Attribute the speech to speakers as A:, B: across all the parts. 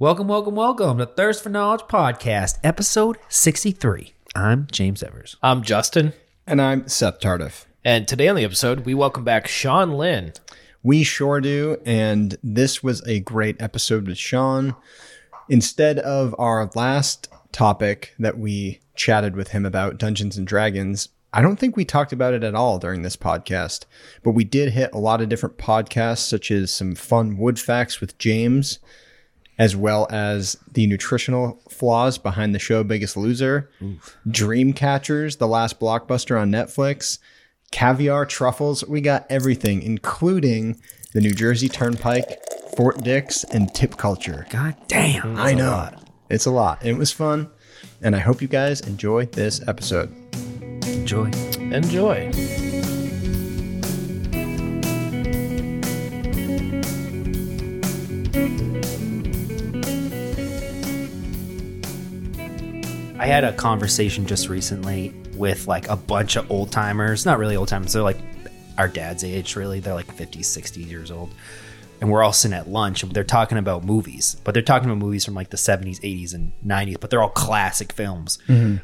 A: Welcome, welcome, welcome to Thirst for Knowledge Podcast, episode 63. I'm James Evers.
B: I'm Justin,
C: And I'm Seth Tardiff.
B: and today on the episode, we welcome back Sean Lynn.
C: We sure do. And this was a great episode with Sean. Instead of our last topic that we chatted with him about, Dungeons and Dragons, I don't think we talked about it at all during this podcast, but we did hit a lot of different podcasts, such as some fun wood facts with James, as well as the nutritional flaws behind the show Biggest Loser, Dreamcatchers, the last blockbuster on Netflix, caviar, truffles. We got everything, including the New Jersey Turnpike, Fort Dix, and tip culture.
A: God damn.
C: I know. It's a lot. It was fun. And I hope you guys enjoy this episode.
A: Enjoy.
B: Enjoy.
A: I had a conversation just recently with like a bunch of old timers, not really old timers, they're like our dad's age, really. They're like 50, 60 years old. And we're all sitting at lunch and they're talking about movies, but they're talking about movies from like the 70s, 80s, and 90s, but they're all classic films.
C: Mm-hmm.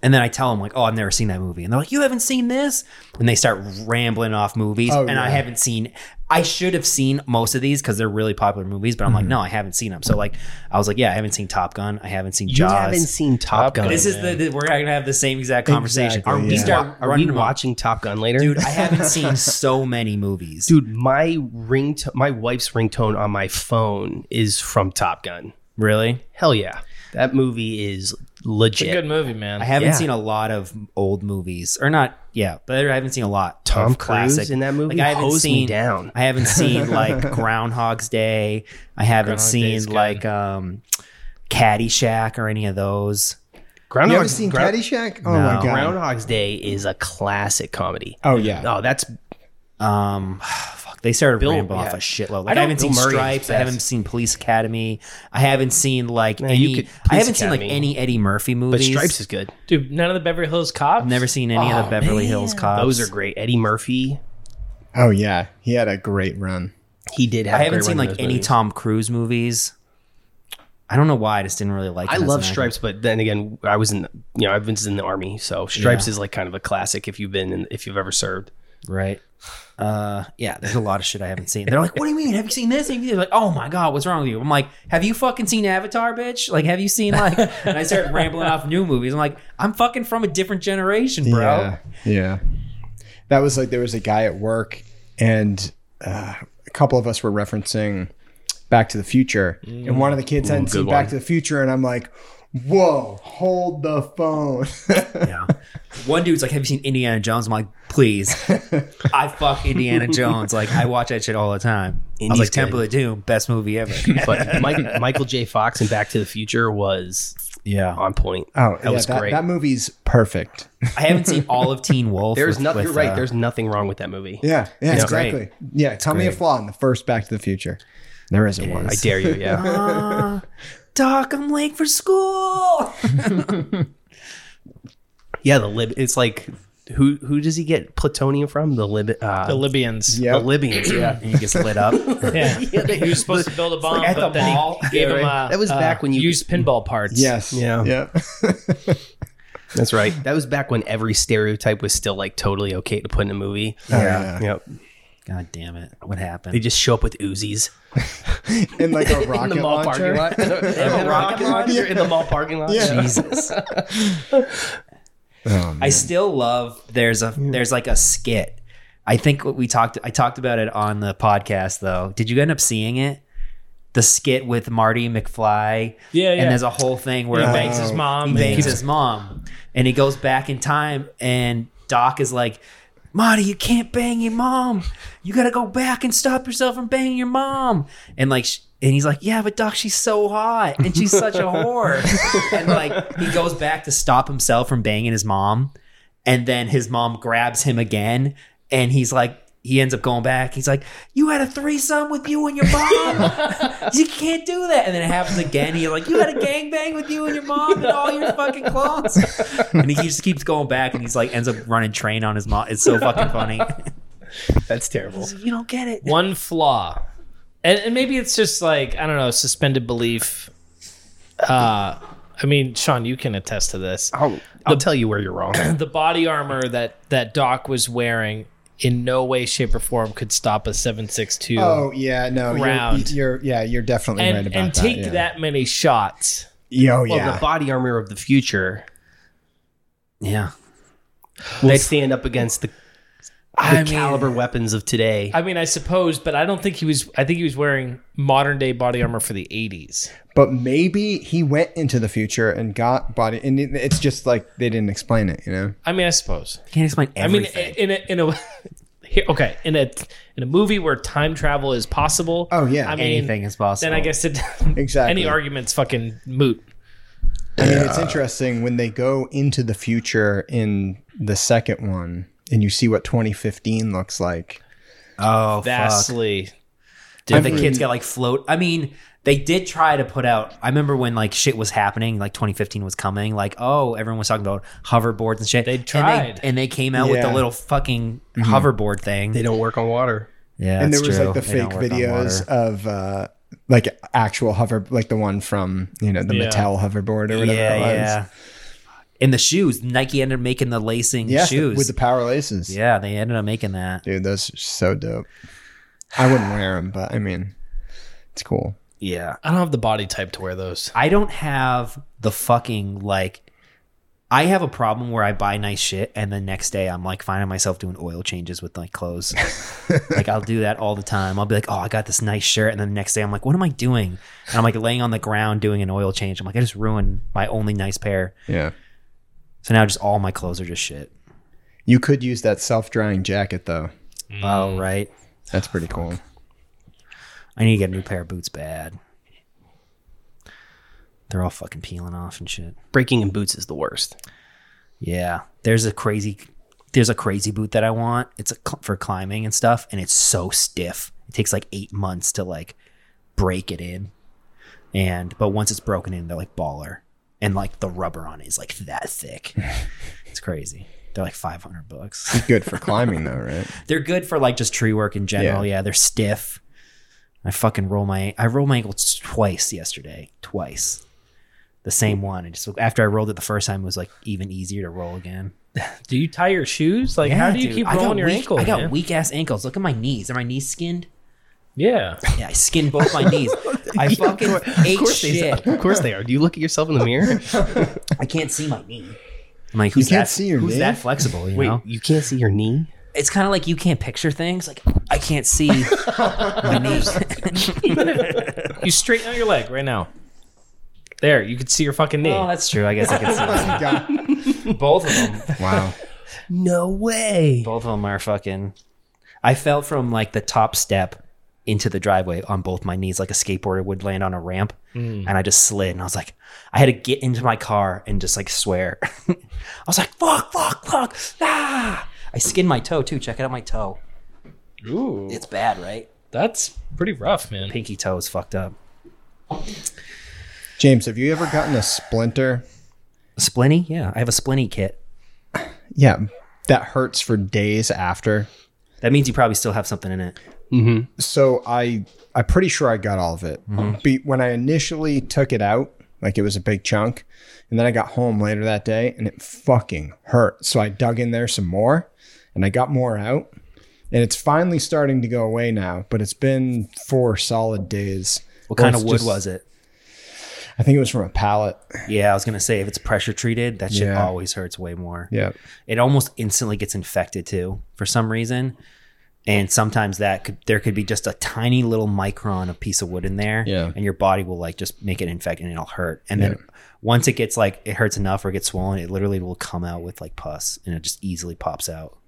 A: And then I tell them, like, oh, I've never seen that movie. And they're like, you haven't seen this? And they start rambling off movies.
C: Oh,
A: and I
C: yeah.
A: haven't seen, I should have seen most of these because they're really popular movies, but I'm
C: Mm-hmm.
A: like, no, I haven't seen them. So, like, I was like, yeah, I haven't seen Top Gun. I haven't seen
D: You
A: Jaws.
D: haven't seen Top Gun.
A: This is the, the we're gonna have the same exact conversation.
C: Exactly,
A: Are we
C: yeah.
A: start
D: Are we
A: running wa-
D: watching Top Gun later,
A: Dude, I haven't seen so many movies.
D: Dude, my ring, my wife's ringtone on my phone is from Top Gun.
A: really?
D: Hell yeah, that movie is legit.
B: It's a good movie, man.
A: I haven't
D: Yeah.
A: seen a lot of old movies, or not. Yeah, but I haven't seen a lot.
D: Tom
A: of classic.
D: Cruise in that movie
A: Like, I haven't
D: hosed me
A: seen
D: down.
A: I haven't seen like Groundhog's Day. I haven't
B: Groundhog
A: seen
B: Day's good.
A: like um, Caddyshack or any of those.
C: You
D: Groundhog,
C: ever seen
D: Ground-
C: Caddyshack? Oh
A: No.
C: my god.
D: Groundhog's Day is a classic comedy.
C: oh yeah.
D: Oh, that's
A: Um, fuck, they started
D: Bill-
A: rambling off
D: yeah.
A: a shitload.
D: I
A: Like I,
D: don't-
A: haven't
D: Bill
A: seen
D: Murray is
A: Stripes. I
D: best.
A: haven't seen Police Academy. I haven't seen like any.
D: you could-
A: I
D: Police
A: haven't seen like
D: Academy.
A: any Eddie Murphy
D: but
A: movies.
D: Stripes is good.
B: Dude, none of the Beverly Hills Cops.
A: I've never seen any
D: Oh,
A: of the Beverly Hills Cops.
D: Those are great. Eddie Murphy,
C: Oh yeah. He had a great run.
D: he did.
A: I
D: have a
A: haven't
D: great
A: seen
D: run in
A: like
D: those
A: any
D: movies.
A: Tom Cruise movies. I don't know why. I just didn't really like.
D: I
A: him as
D: love
A: an actor.
D: Stripes, but then again, I was in you know I've been in the army, so Stripes is like kind of a classic if you've been in, if you've ever served.
A: right? Uh, yeah. There's a lot of shit I haven't seen. They're like, "What do you mean? Have you seen this?" And you're like, "Oh my god, what's wrong with you?" I'm like, "Have you fucking seen Avatar, bitch? Like, have you seen like?" and I start rambling off new movies. I'm like, "I'm fucking from a different generation, bro."
C: Yeah. Yeah. That was like there was a guy at work and uh, a couple of us were referencing Back to the Future. And one of the kids hadn't seen
D: good
C: Back
D: one.
C: to the Future and I'm like, Whoa, hold the phone.
A: Yeah. One dude's like, "Have you seen Indiana Jones?" I'm like, "Please, I fuck Indiana Jones. Like, I watch that shit all the time." I was
D: Indy's
A: like, "Temple of Doom, best movie ever."
D: But Mike, Michael J. Fox and Back to the Future was
A: yeah,
D: on point.
C: oh,
D: that
C: yeah,
D: was
C: that,
D: great.
C: that movie's perfect.
A: I haven't seen all of Teen Wolf.
D: There's
A: with-
D: nothing. You're
A: with,
D: right.
A: uh,
D: There's nothing wrong with that movie.
C: Yeah. Yeah,
D: It's
A: great.
C: exactly. Yeah. Tell me a flaw in the first Back to the Future. There isn't one.
D: I dare you. Yeah.
A: Ah, Doc, I'm late for school.
D: yeah. The lib. It's like who who does he get plutonium from? The lib. Uh,
B: the Libyans.
C: Yeah.
D: the Libyans. Yeah.
A: and he gets lit up.
B: Yeah. he was supposed to build a bomb,
A: at
B: but
A: the
B: then
A: mall.
B: he gave him a,
D: That was
B: uh,
D: back when you-
B: used pinball parts.
C: Yes.
D: Yeah.
C: Yeah.
D: That's right. That was back when every stereotype was still like totally okay to put in a movie.
C: Yeah.
D: Yep.
A: God damn it! What
D: They
A: happened?
D: just show up with Uzis
C: In like a
D: in
C: rocket
D: the mall
C: launcher.
D: parking lot. They have a rocket launcher in the mall parking lot.
C: Yeah.
A: Jesus.
C: Oh,
A: I still love there's a there's like a skit. I think what we talked I talked about it on the podcast though. Did you end up seeing it? The skit with Marty McFly.
B: Yeah, yeah. Oh,
A: And there's a whole thing where
B: He
A: like,
B: bangs his mom.
A: he bangs his mom and he goes back in time and Doc is like Marty, you can't bang your mom. You gotta go back and stop yourself from banging your mom. And like, sh- and he's like, yeah, but Doc, she's so hot and she's such a whore. and like, he goes back to stop himself from banging his mom, and then his mom grabs him again, and he's like, he ends up going back. He's like, you had a threesome with you and your mom. you can't do that. And then it happens again. He's like, you had a gangbang with you and your mom and all your fucking clones. and he just keeps going back, and he's like, ends up running train on his mom. It's so fucking funny.
D: That's terrible.
A: You don't get it.
B: One flaw. and, and maybe it's just like I don't know, suspended belief. Uh, I mean, Sean, you can attest to this.
C: Oh.
D: I'll, I'll tell you where you're wrong.
B: The body armor that that Doc was wearing in no way, shape, or form could stop a seven six two.
C: Oh yeah, no, you're-
B: Round.
C: You're, yeah, you're definitely
B: and
C: right about
B: and take
C: yeah.
B: that many shots.
C: Yo,
D: Well,
C: yeah,
D: the body armor of the future
A: Yeah.
D: will stand up against the, the
B: I mean-
D: caliber weapons of today.
B: I mean, I suppose, but I don't think he was. I think he was wearing modern day body armor for the eighties.
C: but maybe he went into the future and got body, and it- it's just like they didn't explain it, you know?
B: I mean, I suppose.
A: Can't explain
B: I mean,
A: everything.
B: in a in a here, okay, in a in a movie where time travel is possible.
C: Oh, yeah.
B: I mean,
A: Anything is possible.
B: Then I guess it
C: Exactly.
B: any argument's fucking moot.
C: I mean, it's interesting when they go into the future in the second one, and you see what 2015 looks like.
A: oh, fuck.
B: Vastly,
A: Dude, the kids got like float. I mean, they did try to put out. I remember when like shit was happening, like 2015 was coming. Like, oh, everyone was talking about hoverboards and shit.
B: They
A: And
B: tried.
A: and they, came out with the
C: Yeah. Mm-hmm.
A: little fucking hoverboard thing.
D: They don't work on water.
A: yeah,
C: and
A: that's
C: there was
A: true.
C: like the
A: They don't
C: fake
A: work on
C: videos
A: water.
C: of uh, like actual hover, like the one from you know the
B: Yeah.
C: Mattel hoverboard or whatever.
A: Yeah,
C: it was.
A: yeah. And the shoes, Nike ended up making the lacing
C: yeah,
A: shoes.
C: with the power laces.
A: yeah, they ended up making that.
C: dude, those are so dope. I wouldn't wear them, but I mean, it's cool.
A: Yeah.
B: I don't have the body type to wear those.
A: I don't have the fucking like. I have a problem where I buy nice shit and the next day I'm like finding myself doing oil changes with like clothes. like I'll do that all the time. I'll be like, oh, I got this nice shirt, and then the next day I'm like, what am I doing? And I'm like laying on the ground doing an oil change. I'm like, I just ruined my only nice pair.
C: Yeah,
A: So now just all my clothes are just shit.
C: you could use that self-drying jacket though.
A: Oh right,
C: That's pretty cool.
A: I need to get a new pair of boots bad. They're all fucking peeling off and shit.
D: Breaking in boots is the worst.
A: Yeah, there's a crazy, there's a crazy boot that I want. It's a, cl- for climbing and stuff, and it's so stiff. It takes like eight months to like break it in, and but once it's broken in, they're like baller, and like the rubber on it is like that thick. it's crazy. They're like five hundred bucks.
C: Good for climbing though, right?
A: they're good for like just tree work in general. Yeah, they're stiff. I fucking roll my I rolled my ankle twice yesterday, twice. The same one. And just after I rolled it the first time, it was like even easier to roll again.
B: Do you tie your shoes? Like, how do you
A: dude.
B: keep
A: I got
B: rolling your
A: weak,
B: ankle?
A: I got
B: man?
A: weak ass ankles. Look at my knees. Are my knees skinned?
B: Yeah,
A: Yeah, I skinned both my knees. I fucking ate shit.
D: Of course they are. Do you look at yourself in the mirror?
A: I can't see my knee. I'm like, who's
C: can't
A: that?
C: see your
A: who's
C: knee?
A: that flexible? You
D: Wait,
A: know,
D: you can't see your knee?
A: it's kind of like you can't picture things. Like I can't see my knees.
B: you straighten out your leg right now. There, you can see your fucking knee.
A: oh, that's true. I guess I can see my both of them.
C: wow.
D: No way.
A: Both of them are fucking. I fell from like the top step into the driveway on both my knees, like a skateboarder would land on a ramp, and I just slid. And I was like, I had to get into my car and just like swear. I was like, fuck, fuck, fuck, ah! I skinned my toe too. Check it out, my toe.
B: Ooh,
A: It's bad, right?
B: that's pretty rough, man.
A: Pinky toe is fucked up.
C: James, have you ever gotten a splinter?
A: A splinty? Yeah, I have a splinty kit.
C: Yeah, that hurts for days after.
A: That means you probably still have something in it.
C: so I I'm pretty sure I got all of it.
A: Mm-hmm.
C: Be, when I initially took it out, like it was a big chunk, and then I got home later that day and it fucking hurt. So I dug in there some more, and I got more out, and it's finally starting to go away now. But it's been four solid days.
A: What kind of wood was it?
C: I think it was from a pallet.
A: Yeah, I was gonna say if it's pressure treated, that shit
C: Yeah.
A: always hurts way more.
C: Yeah.
A: it almost instantly gets infected too for some reason and sometimes that could there could be just a tiny little micron of piece of wood in there
C: Yeah.
A: and your body will like just make it infected and it'll hurt and then once it gets like it hurts enough or gets swollen it literally will come out with like pus and it just easily pops out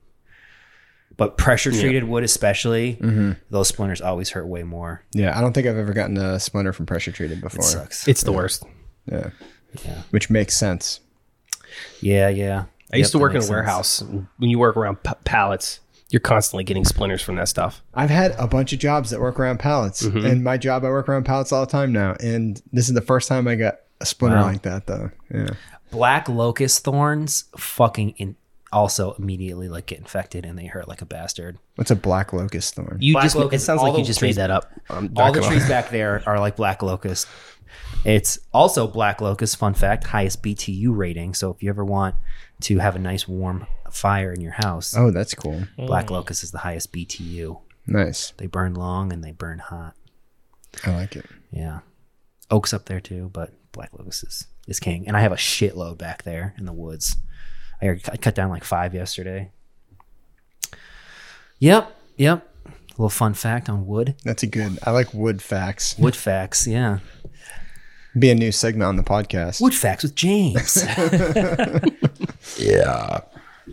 A: but pressure treated wood especially
D: Mm-hmm.
A: those splinters always hurt way more
C: Yeah, I don't think I've ever gotten a splinter from pressure treated before.
A: sucks
D: It's the worst.
C: Yeah.
A: Yeah.
C: Which makes sense.
A: yeah yeah
D: I used to work in a warehouse. When you work around p- pallets, you're constantly getting splinters from that stuff.
C: I've had a bunch of jobs that work around pallets,
B: Mm-hmm.
C: and my job I work around pallets all the time now. And this is the first time I got a splinter like that, though. Yeah,
A: black locust thorns fucking in also immediately like get infected and they hurt like a bastard.
C: What's a black locust thorn?
D: You
A: Black
D: just ma- it
A: locust,
D: sounds
A: all
D: like you
A: the
D: just
A: trees-
D: made that up. I'm
A: All
D: not
A: the
D: gonna-
A: trees back there are like black locust. It's also black locust. Fun fact: highest BTU rating. So if you ever want to have a nice warm fire in your house,
C: oh, that's cool.
A: black locust is the highest BTU.
C: Nice.
A: They burn long and they burn hot.
C: I like it.
A: Yeah, oaks up there too, but black locust is, is king. And I have a shitload back there in the woods. I, I cut down like five yesterday. Yep, yep. little fun fact on wood.
C: That's a good. I like wood facts.
A: Wood facts, yeah.
C: Be a new segment on the podcast.
A: Wood Facts with James. yeah.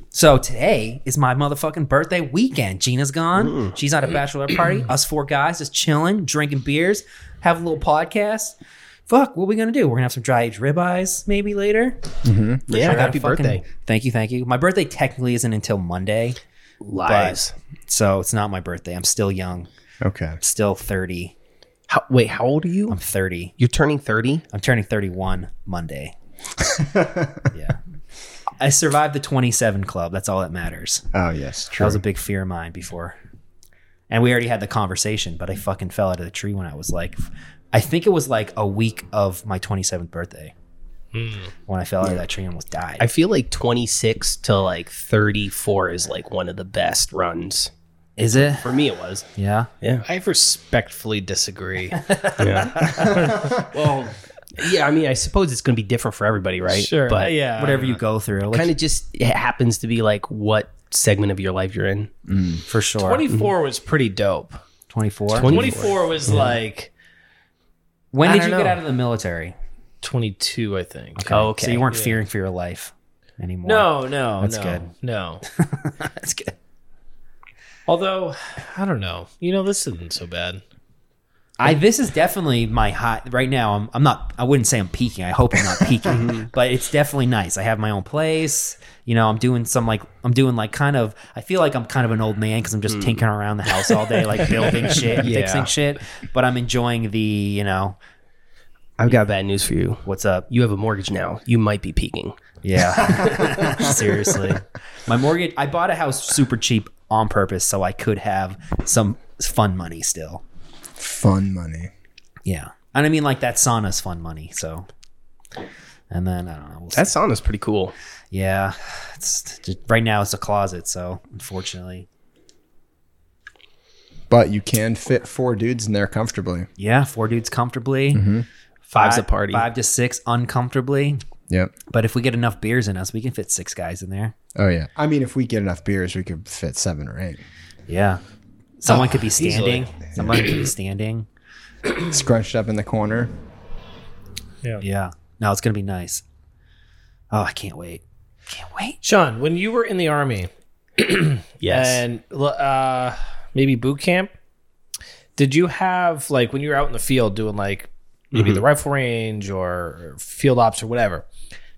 A: So today is my motherfucking birthday weekend. Gina's gone. She's at a bachelorette party.
D: Mm.
A: Us four guys just chilling, drinking beers, have a little podcast. Fuck, what we gonna do? We're gonna have some dry aged ribeyes maybe later.
D: yeah,
A: I gotta
D: happy
A: fucking-
D: birthday.
A: Thank you, thank you. My birthday technically isn't until Monday,
D: Lies.
A: so it's not my birthday. I'm still young,
C: Okay.
A: still 30.
D: How, wait, how old are you?
A: I'm 30.
D: You're turning 30?
A: I'm turning 31 Monday. yeah. I survived the 27 club. That's all that matters.
C: Oh yes,
A: That
C: true.
A: was a big fear of mine before. And we already had the conversation, but I fucking fell out of the tree when I was like, I think it was like a week of my 27th birthday
B: Hmm.
A: when I fell out of that tree and almost died.
D: I feel like 26 to like 34 is like one of the best runs.
A: Is it?
D: For me, it was.
A: Yeah.
D: Yeah.
B: I respectfully disagree.
D: Yeah. well, yeah, I mean, I suppose it's going to be different for everybody, right?
B: sure,
D: But
B: yeah,
A: Whatever you go through, like,
D: kind of just it happens to be like what segment of your life you're in.
A: for sure.
B: Twenty four was pretty dope.
A: 24.
B: Twenty four was like
A: When
B: I
A: did
B: don't
A: you get
B: know.
A: out of the military?
B: twenty two, I think.
D: Oh, okay.
A: So you weren't fearing for your life anymore.
B: No, no,
A: That's
B: no,
A: good.
B: No,
A: That's good.
B: although I don't know. You know, this isn't so bad.
A: I this is definitely my hot right now. I'm I'm not I wouldn't say I'm peaking. I hope I'm not peaking, but it's definitely nice. I have my own place. You know, I'm doing some like I'm doing like kind of I feel like I'm kind of an old man because I'm just tinkering around the house all day, like building shit, and
D: Yeah.
A: fixing shit. But I'm enjoying the you know
D: I've got bad news for you.
A: what's up.
D: You have a mortgage now. You might be peaking.
A: Yeah, seriously, my mortgage. I bought a house super cheap on purpose so I could have some fun money still.
C: Fun money.
A: Yeah, and I mean like that sauna's fun money. So, and then I don't know. We'll see.
D: That sauna is pretty cool.
A: Yeah, it's just, right now it's a closet, so unfortunately.
C: But you can fit four dudes in there comfortably.
A: Yeah, four dudes comfortably.
C: Mm-hmm.
D: Five's
A: Five-
D: a party.
A: Five to six uncomfortably.
C: Yep.
A: But if we get enough beers in us, we can fit six guys in there.
C: Oh yeah. I mean, if we get enough beers, we could fit seven or eight.
A: Yeah. Someone could be
B: easily.
A: standing. Someone could be standing.
C: Scrunched up in the corner.
A: Yeah. No, it's gonna be nice. Oh, I can't wait. Can't wait.
B: Sean, when you were in the army
D: Yes.
B: and uh, maybe boot camp, did you have like when you were out in the field doing like
D: Mm-hmm.
B: maybe the rifle range or field ops or whatever?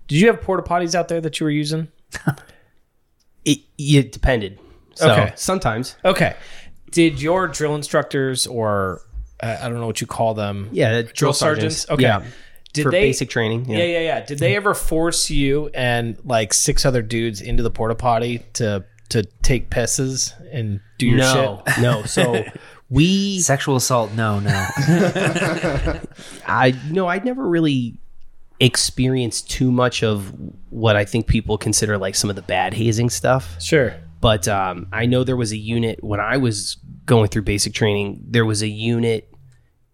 B: Did you have porta potties out there that you were using?
D: it, it depended. So
B: Okay.
D: sometimes.
B: Okay. Did your drill instructors or uh, I don't know what you call them?
D: Yeah.
B: Drill sergeants. Okay.
D: Yeah.
B: Did
D: for
B: they
D: basic training.
B: Yeah. yeah, yeah, Did they ever force you and like six other dudes into the porta potty to to take pisses and do your
D: no,
B: shit?
D: no. So we,
A: Sexual assault? No, no.
D: I no, I never really experienced too much of what I think people consider like some of the bad hazing stuff.
B: Sure.
D: But um, I know there was a unit when I was going through basic training. There was a unit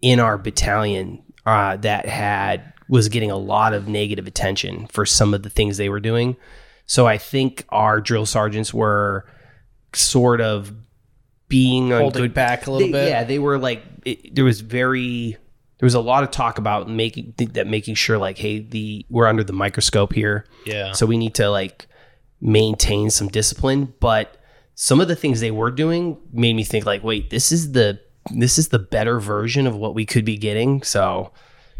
D: in our battalion uh, that had was getting a lot of negative attention for some of the things they were doing. So I think our drill sergeants were sort of being on
B: Holding
D: good
B: back a little
D: they-
B: bit.
D: Yeah, they were like it, there was very there was a lot of talk about making th- that making sure like hey the we're under the microscope here.
B: Yeah.
D: So we need to like maintain some discipline, but some of the things they were doing made me think like wait, this is the this is the better version of what we could be getting. So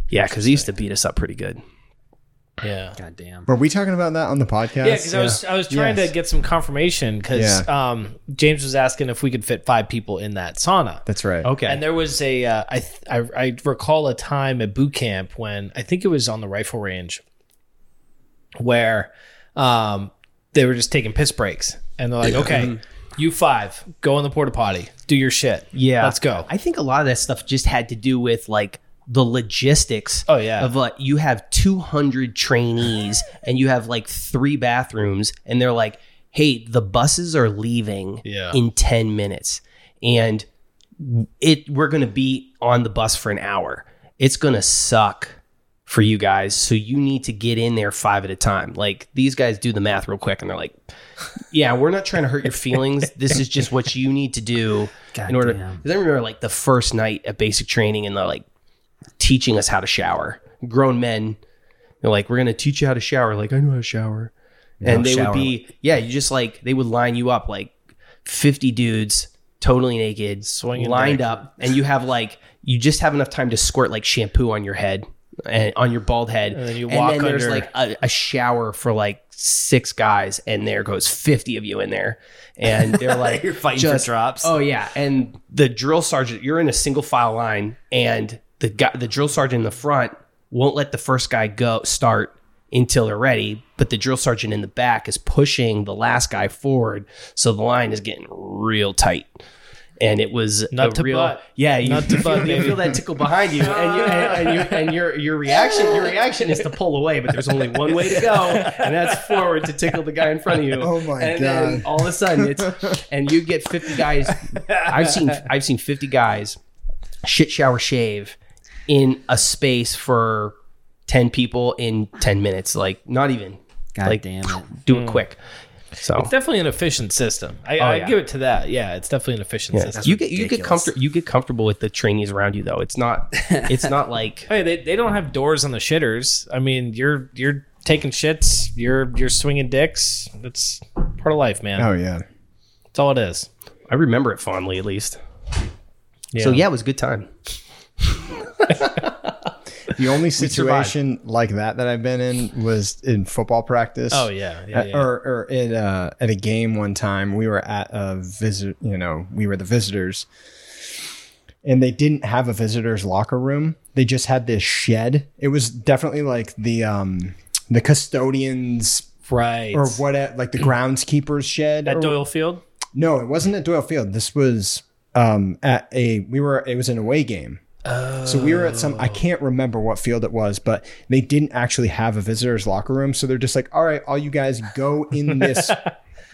D: yeah, cuz they used to beat us up pretty good.
B: Yeah.
A: God damn.
C: Were we talking about that on the podcast?
B: Yeah, because I was I was trying
C: Yes.
B: to get some confirmation because um, James was asking if we could fit five people in that sauna.
C: That's right.
D: Okay.
B: And there was a, uh, I, th- I, I recall a time at boot camp when I think it was on the rifle range where um, they were just taking piss breaks, and they're like, okay, you five, go in the porta potty, do your shit.
D: Yeah.
B: let's go.
D: I think a lot of that stuff just had to do with like the logistics
B: Oh, yeah.
D: of like you have 200 trainees and you have like three bathrooms and they're like hey the buses are leaving
B: Yeah.
D: in 10 minutes and it we're going to be on the bus for an hour it's going to suck for you guys so you need to get in there five at a time like these guys do the math real quick and they're like yeah we're not trying to hurt your feelings this is just what you need to do in order
A: Goddamn.
D: because i remember like the first night at basic training and they're like teaching us how to shower grown men they're like we're going to teach you how to shower like i know how to shower and they would
A: shower.
D: be yeah you just like they would line you up like 50 dudes totally naked
B: Swinging
D: lined
B: dick.
D: up and you have like you just have enough time to squirt like shampoo on your head and on your bald head
B: And then you walk
D: there's
B: under-
D: like a, a shower for like six guys and there goes 50 of you in there and they're like
A: You're fighting
D: just-
A: for drops.
D: Oh yeah, and the drill sergeant, you're in a single file line, and the guy, the drill sergeant in the front won't let the first guy go start until they're ready, but the drill sergeant in the back is pushing the last guy forward, so the line is getting real tight. And it was
B: Nut
D: a
B: to
D: real,
B: butt.
D: yeah. You,
B: Nut to
D: you
B: butt,
D: feel, you
B: baby.
D: feel that tickle behind you, and, you, and, and, you, and your your reaction your reaction is to pull away, but there's only one way to go, and that's forward to tickle the guy in front of you.
C: Oh my
D: And then
C: God.
D: all of a sudden it's and you get 50 guys i've seen i've seen 50 guys shit shower shave in a space for 10 people in 10 minutes like not even
A: God
D: like
A: damn Hmm. it.
D: do it quick so
B: It's definitely an efficient system. I, I
D: yeah.
B: give it to that. Yeah, it's definitely an efficient system.
D: you get you get
A: ridiculous.
D: comfortable you get comfortable with the trainees around you though it's not it's not like
B: Hey, they, they don't have doors on the shitters. I mean, you're you're taking shits, you're you're swinging dicks. That's part of life, man.
C: Oh yeah.
B: That's all it is.
D: i remember it fondly at least so yeah it was a good time
C: The only situation like that that I've been in was in football practice.
B: Oh yeah. Yeah.
C: At-
B: yeah.
C: Or, or in, uh, at a game one time, we were at a visit, you know, we were the visitors, and they didn't have a visitors locker room. They just had this shed. It was definitely like the um, the custodians
B: right.
C: or what, like the groundskeeper's shed.
B: at
C: or-
B: Doyle Field.
C: no, it wasn't at Doyle Field. This was um, at a we were it was an away game. So we were at some I can't remember what field it was, but they didn't actually have a visitors locker room, so they're just like, "All right, all you guys go in this,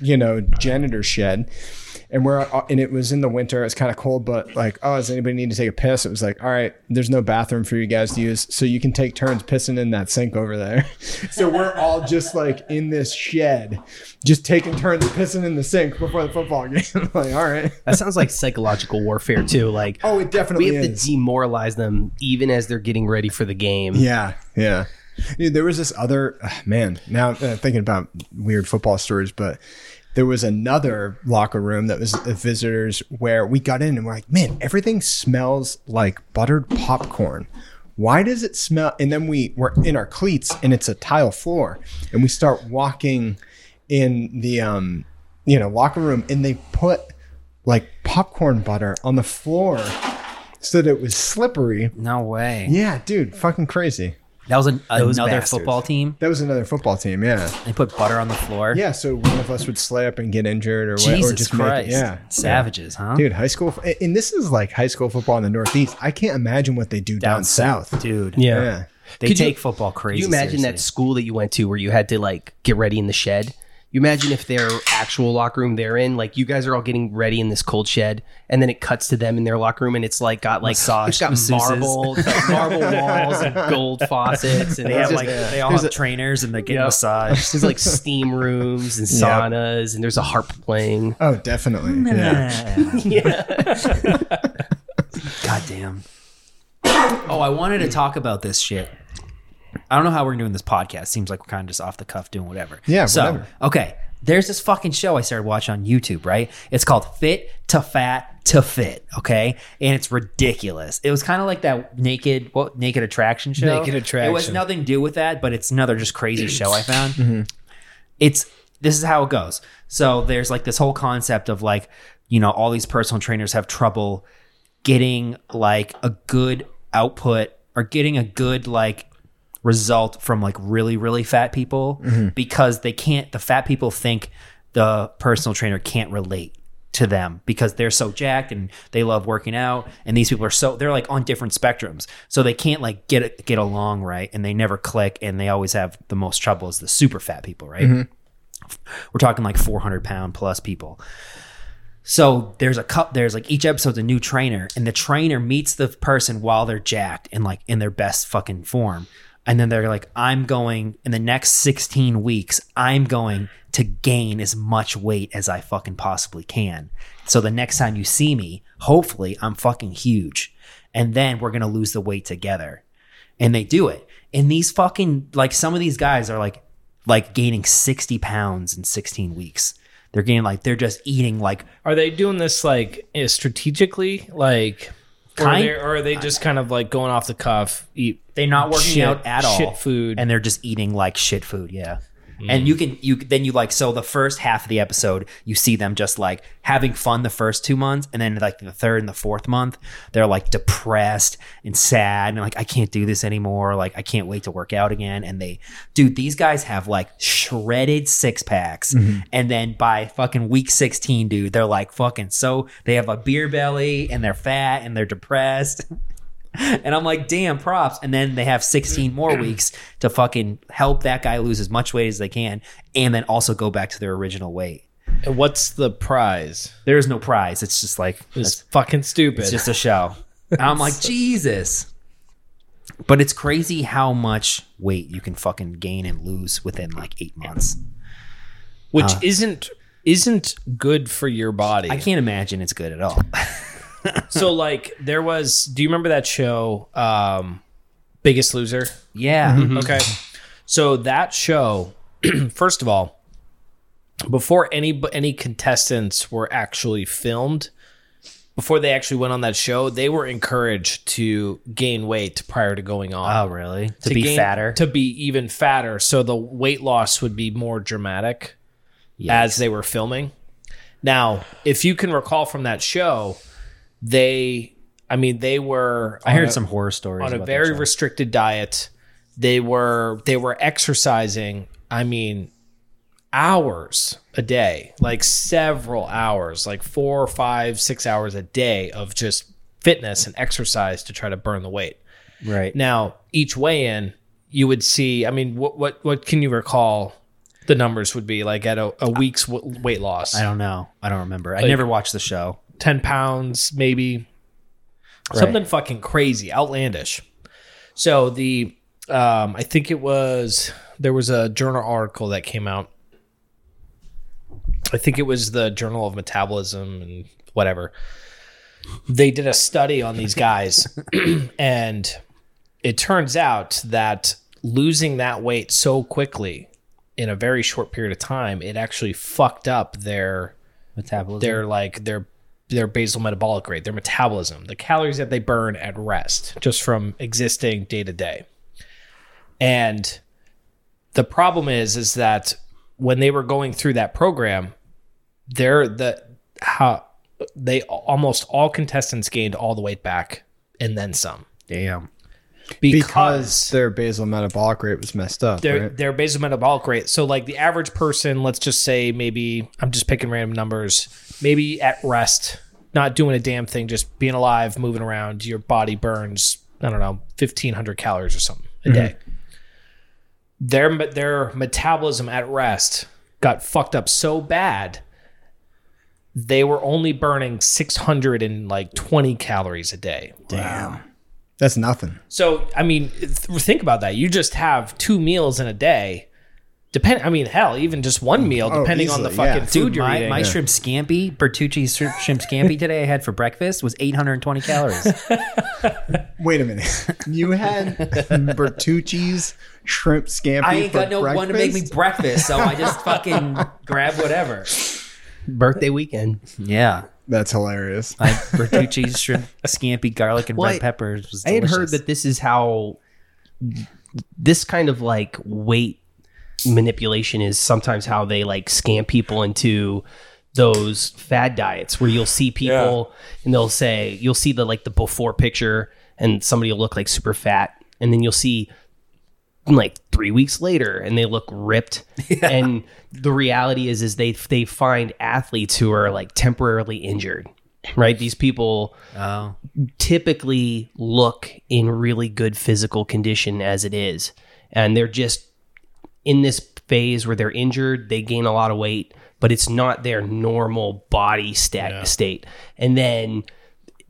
C: you know, janitor shed." And we're uh, and it was in the winter. It was kind of cold, but like, "Oh, does anybody need to take a piss?" It was like, "All right, there's no bathroom for you guys to use, so you can take turns pissing in that sink over there." so we're all just like in this shed, just taking turns pissing in the sink before the football game. like, "All right."
D: that sounds like psychological warfare too like
C: Oh, it definitely
D: we have
C: is.
D: to demoralize them even as they're getting ready for the game
C: Yeah, yeah. Dude, there was this other ah, man. Now uh, thinking about weird football stories, but there was another locker room that was the visitors where we got in and we're like, man, everything smells like buttered popcorn. Why does it smell? And then we were in our cleats and it's a tile floor, and we start walking in the um, you know, locker room, and they put like popcorn butter on the floor so that it was slippery.
A: No way.
C: Yeah, dude, fucking crazy.
A: That was an, another
D: bastards.
A: football team.
C: That was another football team, yeah.
A: They put butter on the floor.
C: Yeah, so one of us would slay up and get injured or, what,
A: Jesus
C: or just
A: Christ.
C: make it. Yeah.
A: Savages, huh?
C: Dude, high school, and this is like high school football in the Northeast. I can't imagine what they do down, south.
A: Dude.
D: Yeah.
C: Yeah.
A: They
D: Could you-
A: take football crazy.
D: Can you imagine
A: seriously.
D: that school that you went to where you had to like get ready in the shed? You imagine if their actual locker room they're in, like you guys are all getting ready in this cold shed, and then it cuts to them in their locker room, and it's like got like
A: Massage
D: it's got
A: masseuses.
D: marble, it's got marble walls and gold faucets, and
A: They have
D: just,
A: like they all have trainers and they get massaged.
D: there's like steam rooms and
C: Yep.
D: saunas, and there's a harp playing.
C: Oh, definitely. Yeah.
A: Goddamn. Oh, I wanted to talk about this shit. I don't know how we're doing this podcast. Seems like we're kind of just off the cuff doing whatever.
C: Yeah,
A: So,
C: whatever.
A: okay. There's this fucking show I started watching on YouTube, right? It's called Fit to Fat to Fit, okay? And it's ridiculous. It was kind of like that naked, what, naked attraction show?
B: Naked
A: It was
B: Attraction. Mm-hmm.
A: nothing to do with that, but it's another just crazy show I found. It's this is how it goes. So there's like this whole concept of like, you know, all these personal trainers have trouble getting like a good output or getting a good like result from like really really fat people because they can't the fat people think the personal trainer can't relate to them because they're so jacked and they love working out and these people are so they're like on different spectrums so they can't like get get along right and they never click and they always have the most trouble is the super fat people right we're talking like 400 pound plus people so there's a cup there's like each episode's a new trainer and the trainer meets the person while they're jacked and like in their best fucking form and then they're like i'm going in the next 16 weeks i'm going to gain as much weight as i fucking possibly can so the next time you see me hopefully i'm fucking huge and then we're gonna lose the weight together and they do it and these fucking like some of these guys are like like gaining 60 pounds in 16 weeks they're gaining like they're just eating like
B: Are they doing this like eh, strategically, like, or,
A: Kind-
B: they're- or are they just kind of like going off the cuff, eat
A: they're not working
B: shit-
A: out at all
B: shit food? Mm.
A: and they're just eating like shit food yeah and you can you then you like so the first half of the episode you see them just like having fun the first two months and then like the third and the fourth month they're like depressed and sad and like i can't do this anymore like i can't wait to work out again and they dude these guys have like shredded six packs
B: Mm-hmm.
A: and then by fucking week 16 dude they're like fucking so they have a beer belly and they're fat and they're depressed and I'm like, damn, props. And then they have 16 more weeks to fucking help that guy lose as much weight as they can and then also go back to their original weight.
B: And what's the prize?
A: There is no prize. It's just like,
B: It's fucking stupid.
A: it's just a show. And I'm like, Jesus. But it's crazy how much weight you can fucking gain and lose within like eight months.
B: which
C: uh,
B: isn't isn't good for your body.
A: I can't imagine it's good at all.
B: so like there was do you remember that show um Biggest Loser?
A: yeah.
B: Okay. So that show first of all before any any contestants were actually filmed before they actually went on that show, they were encouraged to gain weight prior to going on.
A: Oh, really? To, be
B: gain-
A: fatter?
B: to be even fatter so the weight loss would be more dramatic as they were filming now if you can recall from that show they i mean they were
A: I
B: on
A: heard
B: a-
A: some horror stories.
B: on a
A: about that
B: very
A: show.
B: restricted diet they were they were exercising i mean hours a day like several hours like four five six hours a day of just fitness and exercise to try to burn the weight
A: right.
B: now, each weigh-in, you would see. I mean, what what what can you recall? The numbers would be like at a, a week's w- weight loss,
A: I don't know. I don't remember. I never watched the show.
B: ten pounds maybe, something fucking crazy, outlandish. So the, um, I think it was there was a journal article that came out. I think it was the Journal of Metabolism and whatever. They did a study on these guys, and it turns out that losing that weight so quickly in a very short period of time, it actually fucked up their
A: Metabolism.
B: their like their their basal metabolic rate, their metabolism, the calories that they burn at rest just from existing day to day. And the problem is is that when they were going through that program, they're the how they almost all contestants gained all the weight back and then some
A: Damn.
C: because their basal metabolic rate was messed up.
B: their
C: right?
B: their basal metabolic rate. So like the average person, let's just say maybe I'm just picking random numbers, maybe at rest, not doing a damn thing, just being alive, moving around, your body burns I don't know 1500 calories or something a day. Their me- their metabolism at rest got fucked up so bad they were only burning 620 calories a day.
C: That's nothing.
B: So, I mean, th- think about that. You just have two meals in a day. Depend. I mean, hell, even just one meal,
C: Oh,
B: depending on the
C: easily, yeah.
B: fucking food
A: Dude,
B: you're
A: my,
B: eating.
A: my shrimp scampi, Bertucci's shrimp, shrimp scampi today I had for breakfast was 820 calories.
C: Wait a minute. You had Bertucci's shrimp scampi.
A: I ain't
C: for
A: got no one to make me
C: breakfast?
A: breakfast, so I just fucking grab whatever.
D: Birthday weekend.
A: Yeah.
C: That's hilarious.
A: I, Bertucci's shrimp scampi, garlic, and
D: Well, I-
A: red peppers was
D: I had heard
A: delicious.
D: that this is how this kind of like weight manipulation is sometimes how they like scam people into those fad diets where you'll see people and they'll say you'll see the like the before picture and somebody will look like super fat and then you'll see like three weeks later and they look ripped and the reality is is they they find athletes who are like temporarily injured right these people
A: Oh,
D: typically look in really good physical condition as it is. And they're just in this phase where they're injured, they gain a lot of weight, but it's not their normal body stat- state. And then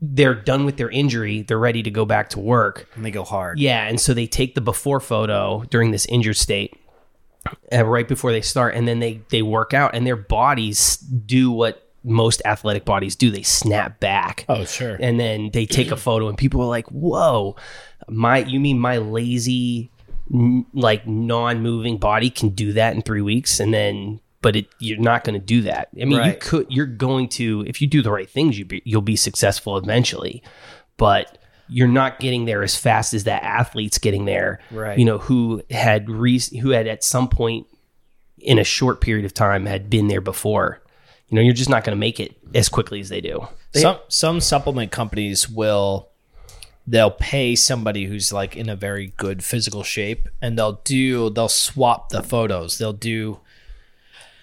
D: they're done with their injury, they're ready to go back to work.
A: and they go hard.
D: Yeah, and so they take the before photo during this injured state, uh, right before they start, and then they they work out, and their bodies do what most athletic bodies do: they snap back.
B: Oh, sure.
D: And then they take a photo, and people are like, "Whoa, my you mean my lazy, n- like non-moving body can do that in three weeks?" And then, but it, you're not going to do that. I mean, you
A: Right.
D: could. You're going to if you do the right things, you be, you'll be successful eventually, but you're not getting there as fast as that athlete's getting there.
A: Right.
D: You know who had re- who had at some point in a short period of time had been there before. You know, you're just not going to make it as quickly as they do.
B: some some supplement companies will they'll pay somebody who's like in a very good physical shape and they'll do they'll swap the photos they'll do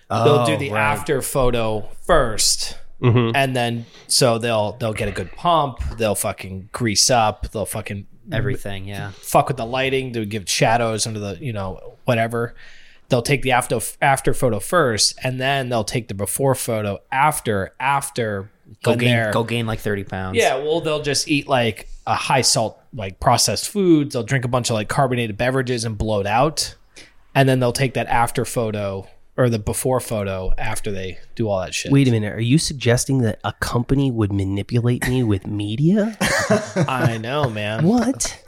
B: they'll do the after photo 1st and then so they'll they'll get a good pump they'll fucking grease up they'll fucking
A: Everything, yeah.
B: fuck with the lighting to give shadows under the you know whatever they'll take the after after photo first and then they'll take the before photo after after
A: Go
B: when
A: gain,
B: they're-
A: go gain like thirty pounds.
B: yeah, well, they'll just eat like a high salt, like processed foods. They'll drink a bunch of like carbonated beverages and bloat out, and then they'll take that after photo or the before photo after they do all that shit.
D: Wait a minute. Are you suggesting that a company would manipulate me with media?
B: I know, man.
D: What?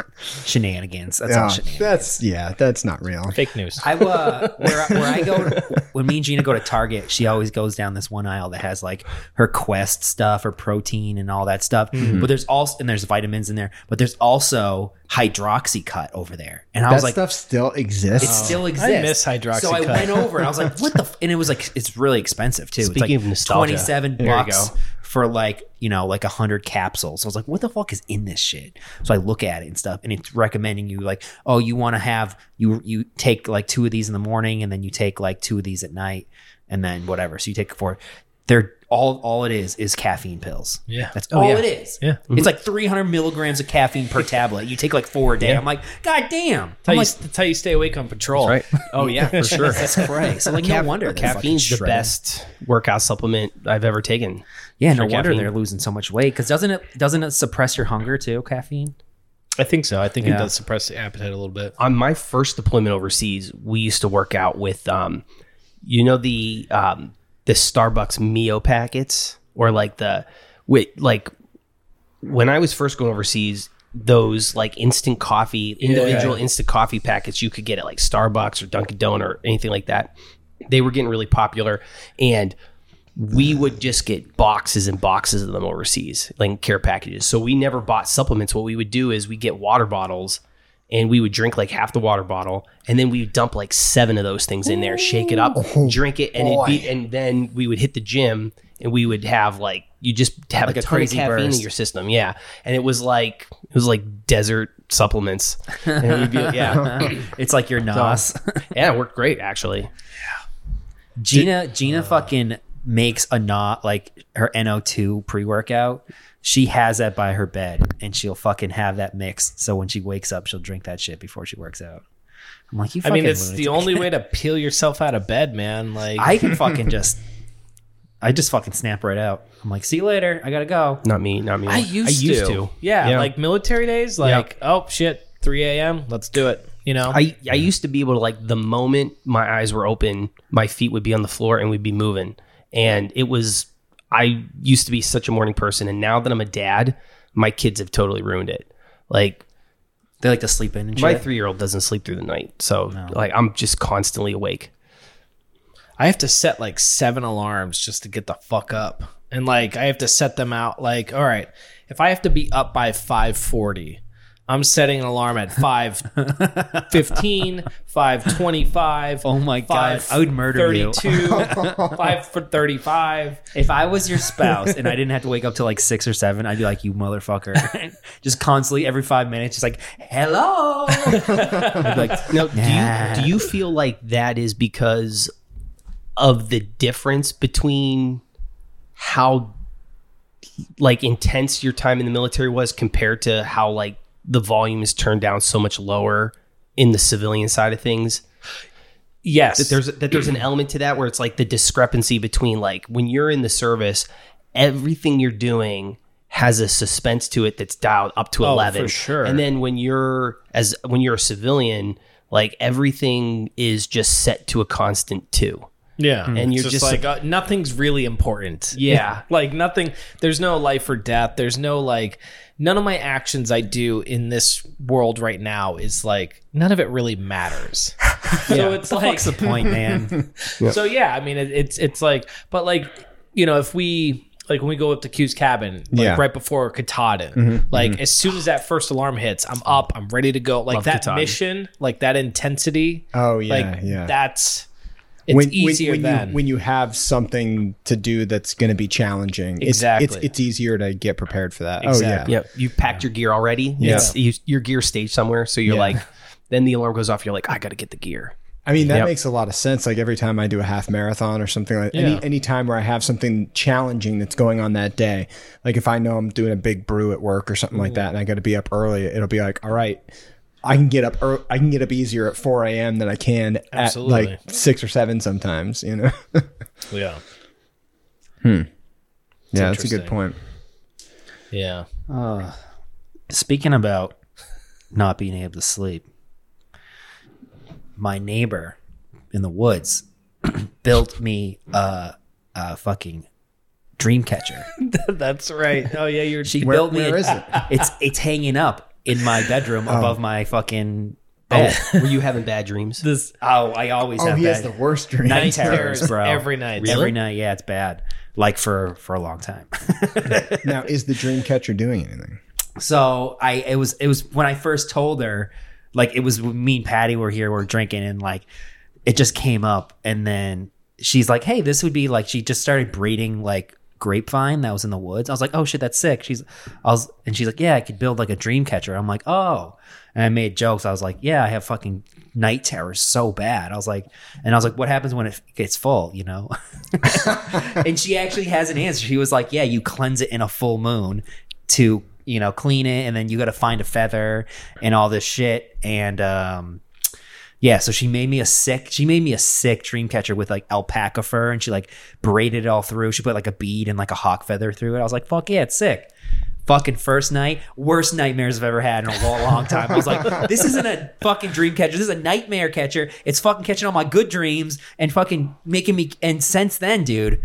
A: shenanigans. That's all
C: Yeah,
A: shenanigans.
C: that's yeah, that's not real.
B: Fake news.
A: I uh, where, where I go when me and Gina go to Target, she always goes down this one aisle that has like her Quest stuff, her protein, and all that stuff. But there's also and there's vitamins in there, but there's also hydroxy cut over there, and I
C: That
A: was like.
C: stuff still exists.
A: It still exists.
B: Oh. miss Hydroxycut.
A: So I went over and I was like, "What the?" F-? And it was like it's really expensive too.
D: Speaking
A: it's
D: of
A: like
D: nostalgia.
A: twenty-seven
B: you
A: bucks
B: go.
A: for like you know like a hundred capsules. So I was like, "What the fuck is in this shit?" So I look at it and stuff, and it's recommending you like, "Oh, you want to have you you take like two of these in the morning, and then you take like two of these at night, and then whatever." So you take four. They're all all it is is caffeine pills.
B: Yeah.
A: that's
B: Oh,
A: all
B: yeah.
A: it is.
B: Yeah. Mm-hmm.
A: it's like three hundred milligrams of caffeine per tablet. You take like four a day. I'm like, God damn!
B: That's how,
A: I'm
B: you,
A: like,
B: that's how you stay awake on patrol.
D: Oh yeah, for sure.
A: that's crazy. So like, no wonder they're fucking
D: Caffeine's the
A: shredded.
D: best workout supplement I've ever taken.
A: Yeah, no
D: for
A: wonder
D: caffeine.
A: they're losing so much weight because doesn't it doesn't it suppress your hunger too? Caffeine.
B: I think so. I think
A: Yeah.
B: it does suppress the appetite a little bit.
D: On my first deployment overseas, we used to work out with, um, you know, the um, the Starbucks Mio packets or like the with like when I was first going overseas, those like instant coffee, individual instant coffee packets you could get at like Starbucks or Dunkin' Donut or anything like that. They were getting really popular, and we would just get boxes and boxes of them overseas, like care packages. So we never bought supplements. What we would do is we get water bottles. And we would drink like half the water bottle, and then we would dump like seven of those things in there, shake it up, drink it, and it'd be, and then we would hit the gym, and we would have like you just have
A: Like
D: a
A: a
D: ton of
A: crazy
D: caffeine in
A: burst.
D: your system. Yeah, and it was like it was like desert supplements. And it would be, yeah,
A: It's like your nos.
D: yeah, it worked great actually.
A: Gina Gina fucking makes a not like her NO two pre workout. She has that by her bed, and she'll fucking have that mix. So when she wakes up, she'll drink that shit before she works out. I'm like, you.
B: I
A: Fucking
B: mean, it's
A: lunatic.
B: the only way to peel yourself out of bed, man. Like,
A: I can fucking just. I just fucking snap right out. I'm like, see you later. I gotta go.
D: Not me, not me.
B: I used, to. Yeah, like military days, like, oh shit, 3 a.m., let's do it. You know?
D: I I used to be able to like the moment my eyes were open, my feet would be on the floor and we'd be moving, and it was. I used to be such a morning person, and now that I'm a dad, my kids have totally ruined it. Like
A: They like to sleep in and shit.
D: my three year old doesn't sleep through the night, so like I'm just constantly awake.
B: I have to set like seven alarms just to get the fuck up. And like I have to set them out like, all right, if I have to be up by 540, I'm setting an alarm at 5.15, 5.25.
A: Oh my God, I would murder you.
B: 32, 5 for 35.
A: If I was your spouse and I didn't have to wake up till like six or seven, I'd be like, you motherfucker. just constantly every five minutes, just like, hello. I'd be like,
D: Now, do
A: Nah.
D: you do you feel like that is because of the difference between how like intense your time in the military was compared to how like the volume is turned down so much lower in the civilian side of things?
B: Yes.
D: that there's that there's an element to that where it's like the discrepancy between like when you're in the service, everything you're doing has a suspense to it that's dialed up to
B: for
D: eleven.
B: sure.
D: And then when you're as when you're a civilian, like everything is just set to a constant two.
A: Mm.
B: Yeah,
D: And you're
B: It's
D: just
B: like uh, nothing's really important.
D: Yeah.
B: like nothing. There's no life or death. There's no like none of my actions I do in this world right now is like none of it really matters. So it's like
A: what's the point, man?
B: so yeah. I mean it, it's it's like but like you know if we. Like when we go up to Q's cabin, like
C: Yeah. Mm-hmm,
B: right before Katahdin, like as soon as that first alarm hits, I'm up, I'm ready to go. Like that
D: Katahdin.
B: mission, like that intensity,
C: Oh yeah,
B: like
C: yeah.
B: that's it's easier
C: when
B: than
C: you when you have something to do that's going to be challenging. It's- It's,
B: Exactly.
C: it's easier to get prepared for that. Oh yeah.
D: Yep. You packed your gear already.
C: Yeah.
D: It's you, your gear staged somewhere. So you're
C: Yeah.
D: like, then the alarm goes off. You're like, I got to get the gear.
C: I mean that
B: Yep.
C: makes a lot of sense. Like every time I do a half marathon or something like
B: Yeah.
C: any any time where I have something challenging that's going on that day. Like if I know I'm doing a big brew at work or something
B: Mm.
C: like that, and I got to be up early, it'll be like all right. I can get up. ear I can get up easier at 4 a.m. than I can
B: Absolutely.
C: at like six or seven sometimes. You know.
B: yeah.
C: yeah, that's a
B: interesting.
C: good point.
B: Yeah.
A: Speaking about not being able to sleep, my neighbor in the woods built me a, a fucking dream catcher.
B: That's right. Oh yeah, you're
A: She
C: Where-
A: built me.
C: where
A: a-
C: is it?
A: It's it's hanging up in my bedroom above my fucking bed.
D: Oh, were you having bad dreams?
A: This oh, I always
C: Oh,
A: have
C: he has
A: that.
C: the worst dream.
A: night
B: Night
A: terrors,
B: terrors
A: bro.
B: every night.
A: Every
B: Really?
A: night, yeah, it's bad. Like for for a long time.
C: now, is the dream catcher doing anything?
A: So I it was it was when I first told her, like it was when me and Patty were here, we are drinking, and like it just came up, and then she's like, "Hey, this would be like." She just started breeding like grapevine that was in the woods. I was like, "Oh shit, that's sick." She's, I was, and she's like, "Yeah, I could build like a dream catcher." I'm like, "Oh," and I made jokes. I was like, "Yeah, I have fucking night terrors so bad." I was like, and I was like, "What happens when it gets full?" You know. and she actually has an answer. She was like, "Yeah, you cleanse it in a full moon to you know clean it, and then you got to find a feather and all this shit." And um, yeah, so she made me a sick. She made me a sick dream catcher with like alpaca fur, and she like braided it all through. She put like a bead and like a hawk feather through it. I was like, "Fuck yeah, it's sick." Fucking first night, worst nightmares I've ever had in a long, long time. I was like, this isn't a fucking dream catcher. This is a nightmare catcher. It's fucking catching all my good dreams and fucking making me. And since then, dude,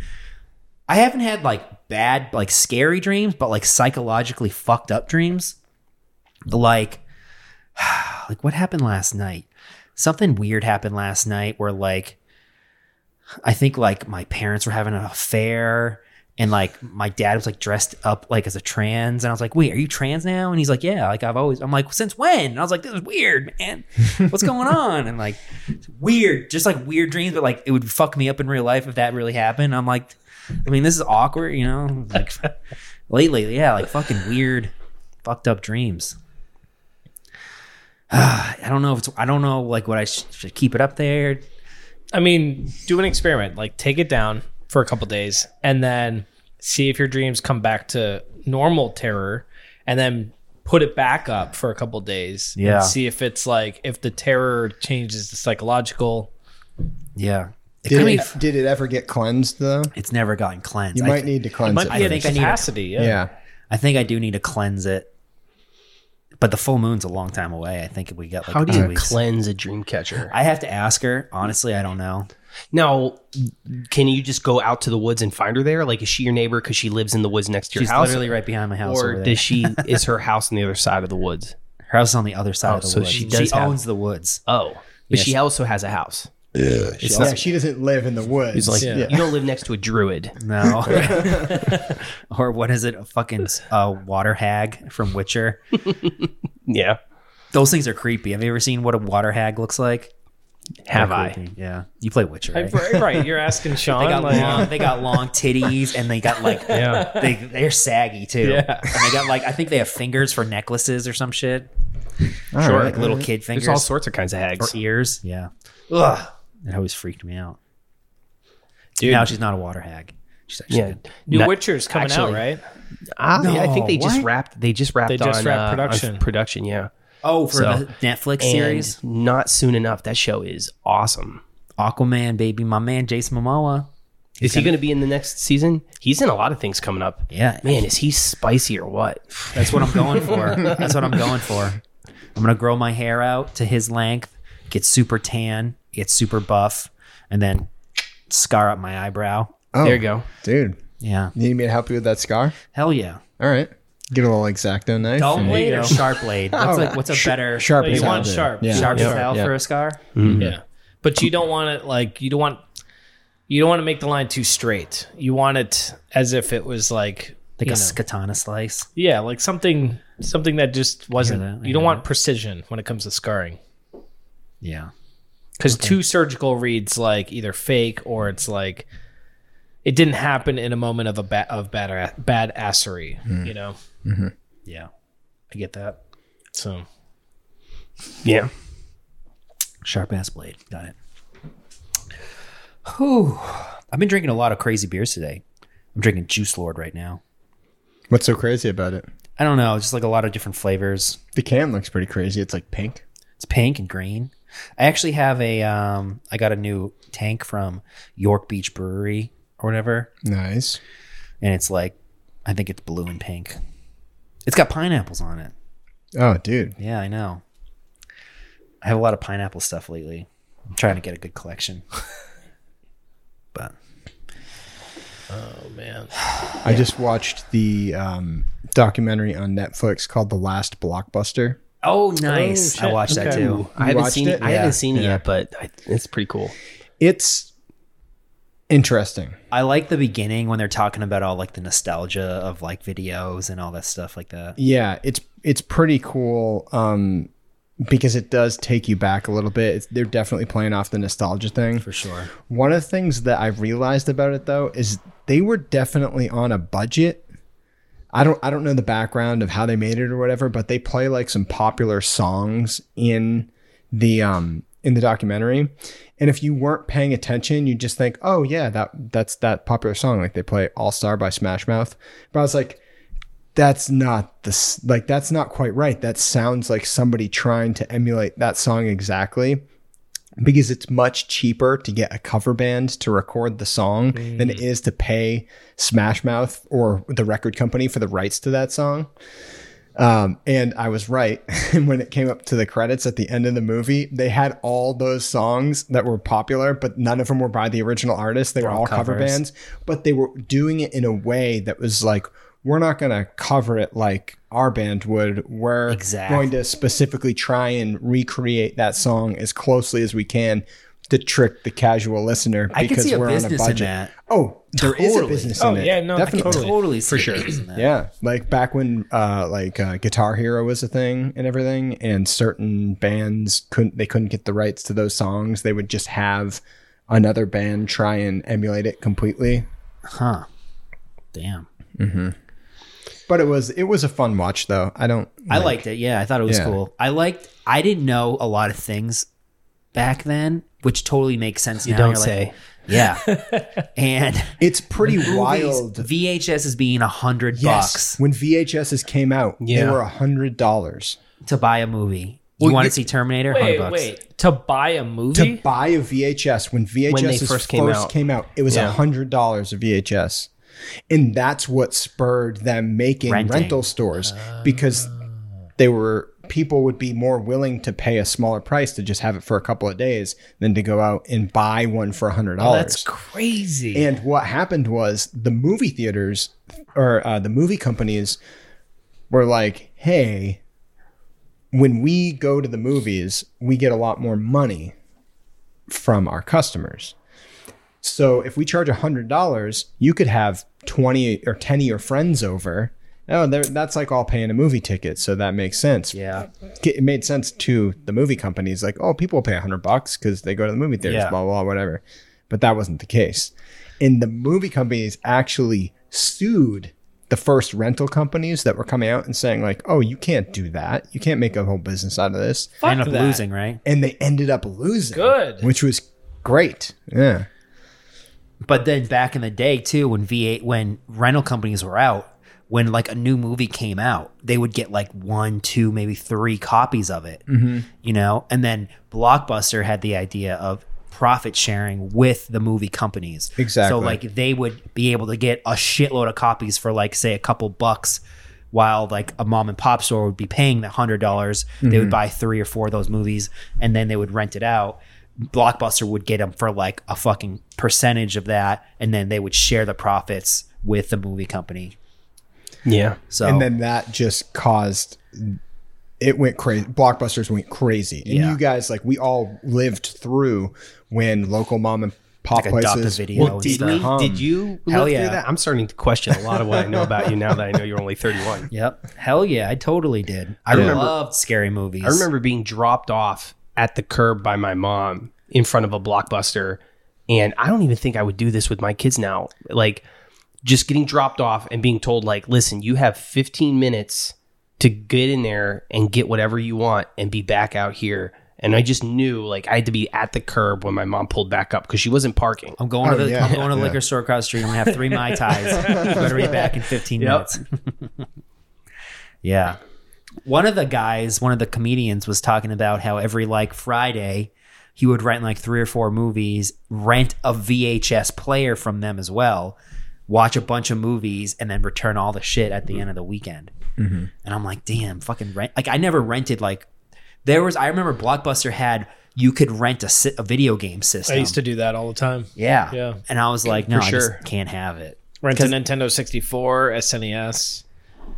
A: I haven't had like bad, like scary dreams, but like psychologically fucked up dreams. Like, like what happened last night? Something weird happened last night where like, I think like my parents were having an affair and like my dad was like dressed up like as a trans and I was like, "Wait, are you trans now?" and he's like, "Yeah, like I've always." I'm like, "Since when?" And I was like, "This is weird, man. What's going on?" And like it's weird, just like weird dreams, but like it would fuck me up in real life if that really happened. I'm like, I mean, this is awkward, you know? Like lately, yeah, like fucking weird fucked up dreams. I don't know if it's I don't know like what I sh- should keep it up there.
B: I mean, do an experiment. Like take it down for a couple days and then see if your dreams come back to normal terror and then put it back up for a couple days. and
A: Yeah.
B: see if it's like if the terror changes to psychological.
A: Yeah. It
C: Did
A: could be
C: it,
A: f-
C: did it ever get cleansed though?
A: it's never gotten cleansed.
C: You
A: I,
C: might
A: th-
C: need to cleanse it.
B: Might be
A: I
B: an
A: think I need a-
B: capacity. yeah.
C: yeah.
A: I think I do need to cleanse it. But the full moon's a long time away. I think we got like
D: How do
A: two
D: you
A: weeks.
D: cleanse a dream catcher?
A: I have to ask her. Honestly, I don't know.
D: Now, can you just go out to the woods and find her there? Like, is she your neighbor because she lives in the woods next to your
A: She's
D: house,
A: literally right behind my house.
D: or
A: over there.
D: does she is her house on the other side of the woods?
A: her house is on the other side of the
D: Oh, so
A: woods.
D: she does have-
A: owns the woods.
D: Oh, but
A: Yes.
D: she also has a house.
E: Yeah.
D: It's
C: yeah,
D: not,
C: she doesn't live in the woods.
D: he's like,
B: Yeah.
D: you don't live next to a druid.
A: No. or what is it? A fucking uh, water hag from Witcher.
D: Yeah.
A: Those things are creepy. Have you ever seen what a water hag looks like?
D: Have
A: They're
D: I?
A: creepy. Yeah. You play Witcher, right?
B: Right, right. You're asking Sean.
A: They got
B: like,
A: long. They got long titties, and they got like they they're saggy too.
B: Yeah.
A: And they got like I think they have fingers for necklaces or some shit,
C: All
D: Sure.
A: like little kid fingers
D: Mm-hmm. There's all sorts of kinds of
A: or
D: hags.
A: ears. Yeah. Ugh. It always freaked me out.
D: Dude.
A: Now she's not a water hag. She's actually
D: yeah.
A: good.
B: New
D: Not-
B: Witcher's coming
D: actually-
B: out, right?
D: Ah, yeah, I think they just
A: what?
D: wrapped. They just wrapped.
B: They just
D: on,
B: wrapped
D: uh, on
B: production.
D: production, yeah.
A: Oh, for
D: So-
A: the Netflix
D: And
A: series
D: not soon enough. That show is awesome.
A: Aquaman, baby, my man Jason Momoa.
D: Is he going to be in the next season? He's in a lot of things coming up.
A: Yeah.
D: Man, is he spicy or what?
A: That's what I'm going for. That's what I'm going for. I'm gonna grow my hair out to his length, get super tan, get super buff, and then scar up my eyebrow.
C: Oh,
D: There you go.
C: dude.
A: Yeah.
C: You need me to help you with that scar?
A: Hell yeah.
C: All right, get a little exacto knife.
A: Dull
C: and-
A: blade
B: you
A: or
B: go.
A: sharp blade? What's like what's a better
C: sharp.
B: But
C: as
B: you
C: hell,
B: want
C: dude.
B: sharp.
C: Yeah.
A: sharp
D: Yeah.
A: style
C: Yeah.
A: for a scar?
B: Yeah. But you don't want it like you don't want you don't want to make the line too straight. You want it as if it was like
A: Like
B: you
A: a
B: know,
A: katana slice.
B: yeah, like something something that just wasn't.
A: that, I
B: you don't
A: hear
B: want precision when it comes to scarring
A: Yeah.
B: because two surgical reads like either fake or it's like it didn't happen in a moment of a ba- of bad bad assery.
A: Hmm.
B: You know,
A: Yeah.
B: I get that. So
D: Yeah.
A: Sharp ass blade. Got it. Whew. I've been drinking a lot of crazy beers today. I'm drinking Juice Lord right now.
C: What's so crazy about it?
A: I don't know, just like a lot of different flavors.
C: The can looks pretty crazy. It's like pink.
A: It's pink and green. I actually have a um I got a new tank from York Beach Brewery or whatever.
C: Nice.
A: And it's like I think it's blue and pink. It's got pineapples on it.
C: Oh, dude.
A: Yeah, I know. I have a lot of pineapple stuff lately. I'm trying to get a good collection. but
B: oh man,
C: I just watched the um, documentary on Netflix called The Last Blockbuster.
A: Oh nice.
B: shit.
A: I watched that
B: Okay.
A: too.
D: I haven't
C: watched
D: seen
C: it?
D: I
C: Yeah.
D: haven't seen it
C: Yeah.
D: yet, but I, it's pretty cool.
C: It's interesting.
A: I like the beginning when they're talking about all like the nostalgia of like videos and all that stuff like that.
C: Yeah, it's it's pretty cool um, because it does take you back a little bit. It's, they're definitely playing off the nostalgia thing.
A: For sure.
C: One of the things that I realized about it though is they were definitely on a budget. I don't I don't know the background of how they made it or whatever, but they play like some popular songs in the um in the documentary. And if you weren't paying attention, you just think, "Oh yeah, that that's that popular song like they play All Star by Smash Mouth." But I was like that's not the s- like that's not quite right. That sounds like somebody trying to emulate that song exactly because it's much cheaper to get a cover band to record the song than it is to pay Smash Mouth or the record company for the rights to that song. Um, and I was right. And when it came up to the credits at the end of the movie, they had all those songs that were popular, but none of them were by the original artist. They were all cover
A: covers.
C: bands, but they were doing it in a way that was like, we're not going to cover it like our band would. We're
A: Exactly.
C: going to specifically try and recreate that song as closely as we can to trick the casual listener
A: I could
C: because
A: see a
C: we're on a
A: business in
C: budget.
A: that.
C: Oh, there is
A: Totally.
C: a business
B: Oh,
C: in it.
B: yeah, no, I could
C: definitely.
B: Totally.
A: Totally for sure. That.
C: Yeah, like back when uh, like uh, Guitar Hero was a thing and everything, and certain bands couldn't they couldn't get the rights to those songs. They would just have another band try and emulate it completely.
A: Huh. Damn.
C: But it was it was a fun watch though. I don't.
A: I liked it. Yeah, I thought it was
C: Yeah.
A: cool. I liked. I didn't know a lot of things back then, which totally makes sense. You now.
D: don't
A: You're like,
D: say.
A: yeah, and
C: It's pretty wild.
A: VHS is being a hundred bucks
C: When VHSs came out, they
D: Yeah.
C: were a hundred dollars
A: to buy a movie. You want to see Terminator?
B: wait,
A: hundred bucks.
B: wait, to buy a
C: to
B: movie?
C: buy a VHS. When VHS
D: first
C: first,
D: came
C: came,
D: out.
C: out. it was a
D: Yeah.
C: hundred dollars a VHS, and that's what spurred them making
A: Renting.
C: rental stores because they were people would be more willing to pay a smaller price to just have it for a couple of days than to go out and buy one for a hundred dollars.
B: That's crazy.
C: And what happened was the movie theaters or uh, the movie companies were like, hey, when we go to the movies, we get a lot more money from our customers. So if we charge $100, you could have 20 or 10 of your friends over. Oh, they're- that's like all paying a movie ticket. So that makes sense.
B: Yeah.
C: It made sense to the movie companies. Like, oh, people pay 100 bucks because they go to the movie theaters,
B: Yeah.
C: blah, blah, whatever. But that wasn't the case. And the movie companies actually sued the first rental companies that were coming out and saying, like, oh, you can't do that. You can't make a whole business out of this
A: End up
B: that.
A: losing, right?
C: and they ended up losing.
B: Good.
C: which was great. Yeah,
A: But then back in the day too, when V8 when rental companies were out, when like a new movie came out, they would get like one, two, maybe three copies of it. You know? And then Blockbuster had the idea of profit sharing with the movie companies.
C: Exactly.
A: So like they would be able to get a shitload of copies for like say a couple bucks while like a mom and pop store would be paying the hundred dollars they would buy three or four of those movies and then they would rent it out blockbuster would get them for like a fucking percentage of that and then they would share the profits with the movie company
D: Yeah.
A: so
C: and then that just caused it went crazy. Blockbusters went crazy, and
A: Yeah.
C: you guys like we all lived through when local mom and pop
A: Like adopt a
C: places
A: video
C: would
A: and
D: Did,
A: stuff.
D: we,
C: become-
D: did you
A: Hell
D: live
A: yeah.
D: through that? I'm starting to question a lot of what I know about you now that I know you're only 31.
A: yep hell yeah i totally did i
D: remember-
A: loved scary movies
D: I remember being dropped off at the curb by my mom in front of a blockbuster. And I don't even think I would do this with my kids now. Like, just getting dropped off and being told, like, listen, you have 15 minutes to get in there and get whatever you want and be back out here. And I just knew, like, I had to be at the curb when my mom pulled back up because she wasn't parking.
A: I'm going to
C: Oh,
A: the
C: yeah.
A: I'm going to the
C: Yeah.
A: liquor store across the street. I'm gonna have three mai tais. Better be back in 15 minutes. yeah. One of the guys, one of the comedians, was talking about how every like Friday, he would rent like three or four movies, rent a VHS player from them as well, watch a bunch of movies, and then return all the shit at the end of the weekend.
C: Mm-hmm.
A: And I'm like, damn, fucking rent. Like I never rented like there was. I remember Blockbuster had you could rent a, si- a video game
B: I
A: system.
B: used to do that all the time.
A: Yeah.
B: Yeah.
A: And I was like, no, I
D: sure.
A: just can't have it.
B: Rent a Nintendo 64, SNES.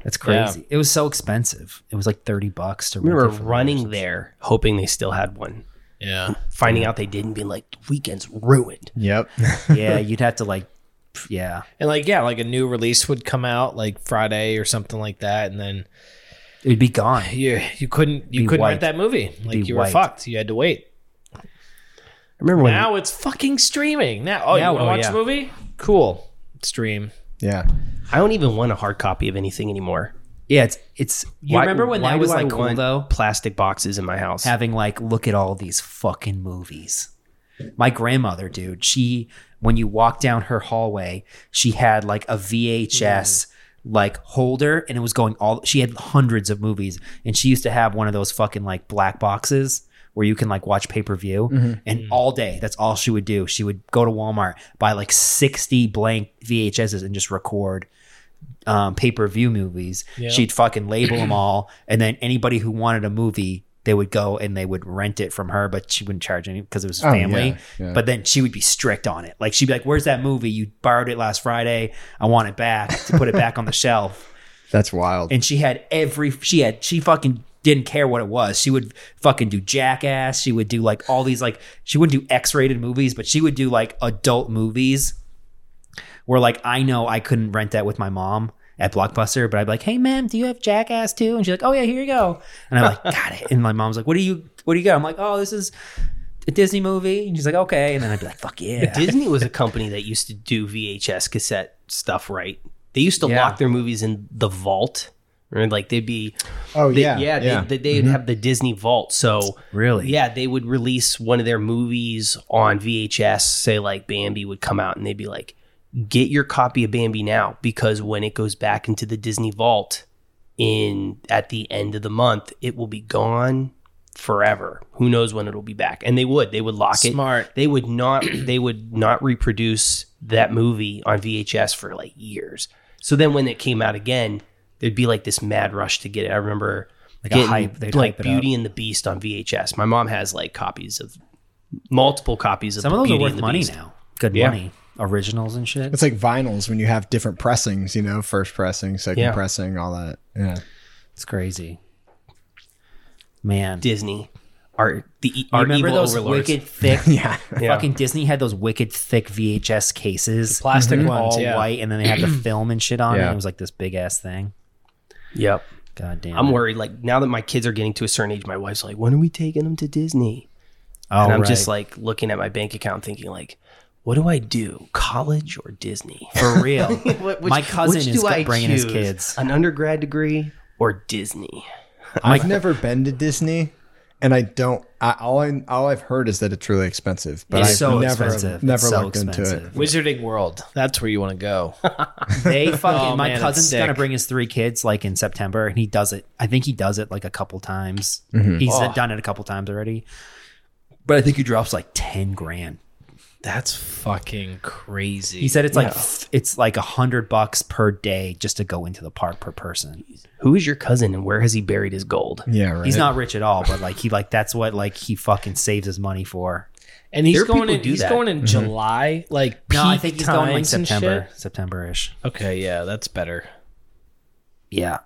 A: That's crazy. It was so expensive. It was like 30 bucks to
D: We
A: rent.
D: were
A: it for-
D: running there hoping they still had one.
B: Yeah.
D: Finding out they didn't, being like, the weekend's ruined.
C: Yep.
A: yeah. You'd have to like, pff, yeah.
B: And like, yeah, like a new release would come out like Friday or something like that, and then
A: It'd be gone.
B: you you couldn't you
A: Be
B: couldn't
A: wiped.
B: rent that movie. Like
A: Be
B: you were
A: wiped.
B: fucked. You had to wait.
D: I remember when
B: Now it's fucking streaming. Now oh
D: Now-
B: you want to
D: oh,
B: watch
D: yeah.
B: a movie? Cool. Stream.
C: yeah.
D: I don't even want a hard copy of anything anymore.
A: Yeah. It's, it's, you
D: Why-
A: remember when
D: why
A: that was
D: do I
A: like cool
D: want
A: though?
D: Plastic boxes in my house.
A: Having like, look at all these fucking movies. My grandmother, dude, she, when you walk down her hallway, she had like a VHS. Like holder, and it was going all. She had hundreds of movies, and she used to have one of those fucking like black boxes where you can like watch pay per view. And all day, that's all she would do. She would go to Walmart, buy like 60 blank VHSs, and just record um, pay per view movies. She'd fucking label them all. And then anybody who wanted a movie, they would go and they would rent it from her, but she wouldn't charge any because it was
C: Oh,
A: family.
C: yeah, yeah.
A: But then she would be strict on it. Like she'd be like, Where's that movie? You borrowed it last Friday. I want it back to put it back on the shelf
C: That's wild.
A: and she had every she had she fucking didn't care what it was. She would fucking do jackass. She would do like all these like she wouldn't do X-rated movies, but she would do like adult movies where like I know I couldn't rent that with my mom at Blockbuster, but I'd be like, "Hey, ma'am, do you have Jackass too?" And she's like, "Oh yeah, here you go." And I'm like, "Got it." And my mom's like, "What do you what do you got?" I'm like, "Oh, this is a Disney movie." And she's like, "Okay." And then I'd be like, "Fuck yeah."
D: Disney was a company that used to do VHS cassette stuff right. They used to
A: Yeah.
D: lock their movies in the vault. Or like they'd be
C: oh
D: they,
C: yeah.
D: yeah, they, they, would have the Disney vault. So
A: Mm-hmm. Really?
D: yeah, they would release one of their movies on VHS. Say like Bambi would come out, and they'd be like, "Get your copy of Bambi now, because when it goes back into the Disney vault in at the end of the month, it will be gone forever. Who knows when it'll be back?" And they would, they would lock it.
B: Smart.
D: They would not, they would not reproduce that movie on VHS for like years. So then when it came out again, there'd be like this mad rush to get it. I remember
A: Like a hype- they'd
D: like
A: hype it up.
D: Beauty and the Beast on VHS. My mom has like copies of multiple copies of
A: Some of those
D: Beauty
A: are worth
D: and the
A: money
D: Beast.
A: now. Good
D: Yeah.
A: money. Originals and shit.
C: It's like vinyls when you have different pressings. You know, first pressing, second
D: Yeah.
C: pressing, all that. Yeah.
A: It's crazy. Man.
D: Disney. our the e,
A: You
D: our
A: remember
D: evil
A: those
D: overlords.
A: wicked thick?
C: Yeah.
A: Fucking Disney had those wicked thick VHS cases,
B: plastic
A: Mhm.
B: ones,
A: all
B: yeah.
A: white, and then they had the film and shit on it.
B: Yeah.
A: It was like this big ass thing.
D: Yep.
A: God damn.
D: I'm
A: it.
D: worried. Like now that my kids are getting to a certain age, my wife's like, "When are we taking them to Disney?"
A: Oh,
D: and I'm
A: right.
D: just like looking at my bank account, thinking like, "What do I do? College or Disney?" For real.
A: What- My cousin is got- bringing his kids.
D: An undergrad degree or Disney?
C: I've never been to Disney, and I don't. I, all I all I've heard is that it's really expensive. But
A: It's
C: I've
A: so
C: never
A: expensive.
C: never
A: It's so
C: looked into
A: expensive.
C: it.
B: Wizarding World. That's where you want to go.
A: They fucking.
B: Oh,
A: my
B: man, it's
A: cousin's gonna
B: sick.
A: bring his three kids like in September, and he does it. I think he does it like a couple times. He's
B: Oh.
A: done it a couple times already, but I think he drops like ten grand.
B: That's fucking crazy.
A: He said it's like f- it's like a hundred bucks per day just to go into the park per person.
D: Who is your cousin and where has he buried his gold?
C: Yeah, right.
A: He's not rich at all, but like he like that's what like he fucking saves his money for.
B: and he's
D: There are
B: going
D: people
B: in.
D: who do
B: He's
D: that. Mm-hmm.
B: going in July, like peak
A: No, I think he's going like
B: times and
A: September,
B: shit.
A: September ish.
B: Okay, yeah, that's better.
A: Yeah,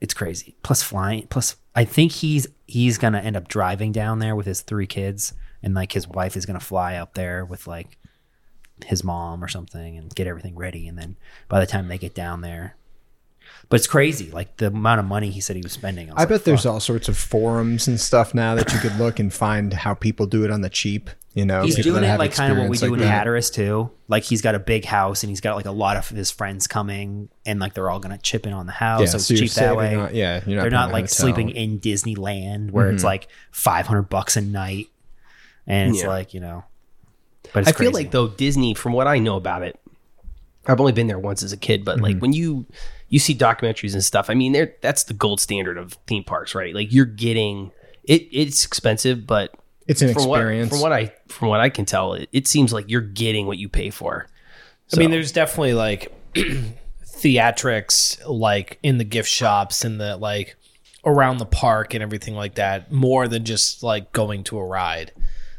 A: it's crazy. Plus flying. Plus, I think he's he's gonna end up driving down there with his three kids, and like his wife is gonna fly up there with like his mom or something, and get everything ready. And then by the time they get down there, but it's crazy. Like the amount of money he said he was spending. I, was
C: I
A: like,
C: bet there's all sorts of forums and stuff now that you could look and find how people do it on the cheap. You know,
A: He's
C: people
A: doing
C: that
A: it
C: have
A: like kind of what we
C: experience
A: do in
C: that.
A: Hatteras too. Like he's got a big house and he's got like a lot of his friends coming and like they're all gonna chip in on the house.
C: Yeah,
A: so it's
C: so you're
A: cheap that
C: saving
A: way.
C: on- yeah, you're
A: they're
C: not paying
A: not
C: a
A: like
C: hotel. Mm-hmm.
A: sleeping in Disneyland where it's like five hundred bucks a night, and it's like you know. But it's
D: I feel
A: crazy.
D: like though Disney, from what I know about it, I've only been there once as a kid, but
A: Mm-hmm.
D: like when you you see documentaries and stuff, I mean, they're, that's the gold standard of theme parks, right? Like you're getting it. It's expensive, but
C: It's an
D: from what,
C: experience.
D: from what I from what I can tell, it, it seems like you're getting what you pay for.
B: I mean, there's definitely like theatrics, like in the gift shops and the like around the park and everything like that, more than just like going to a ride.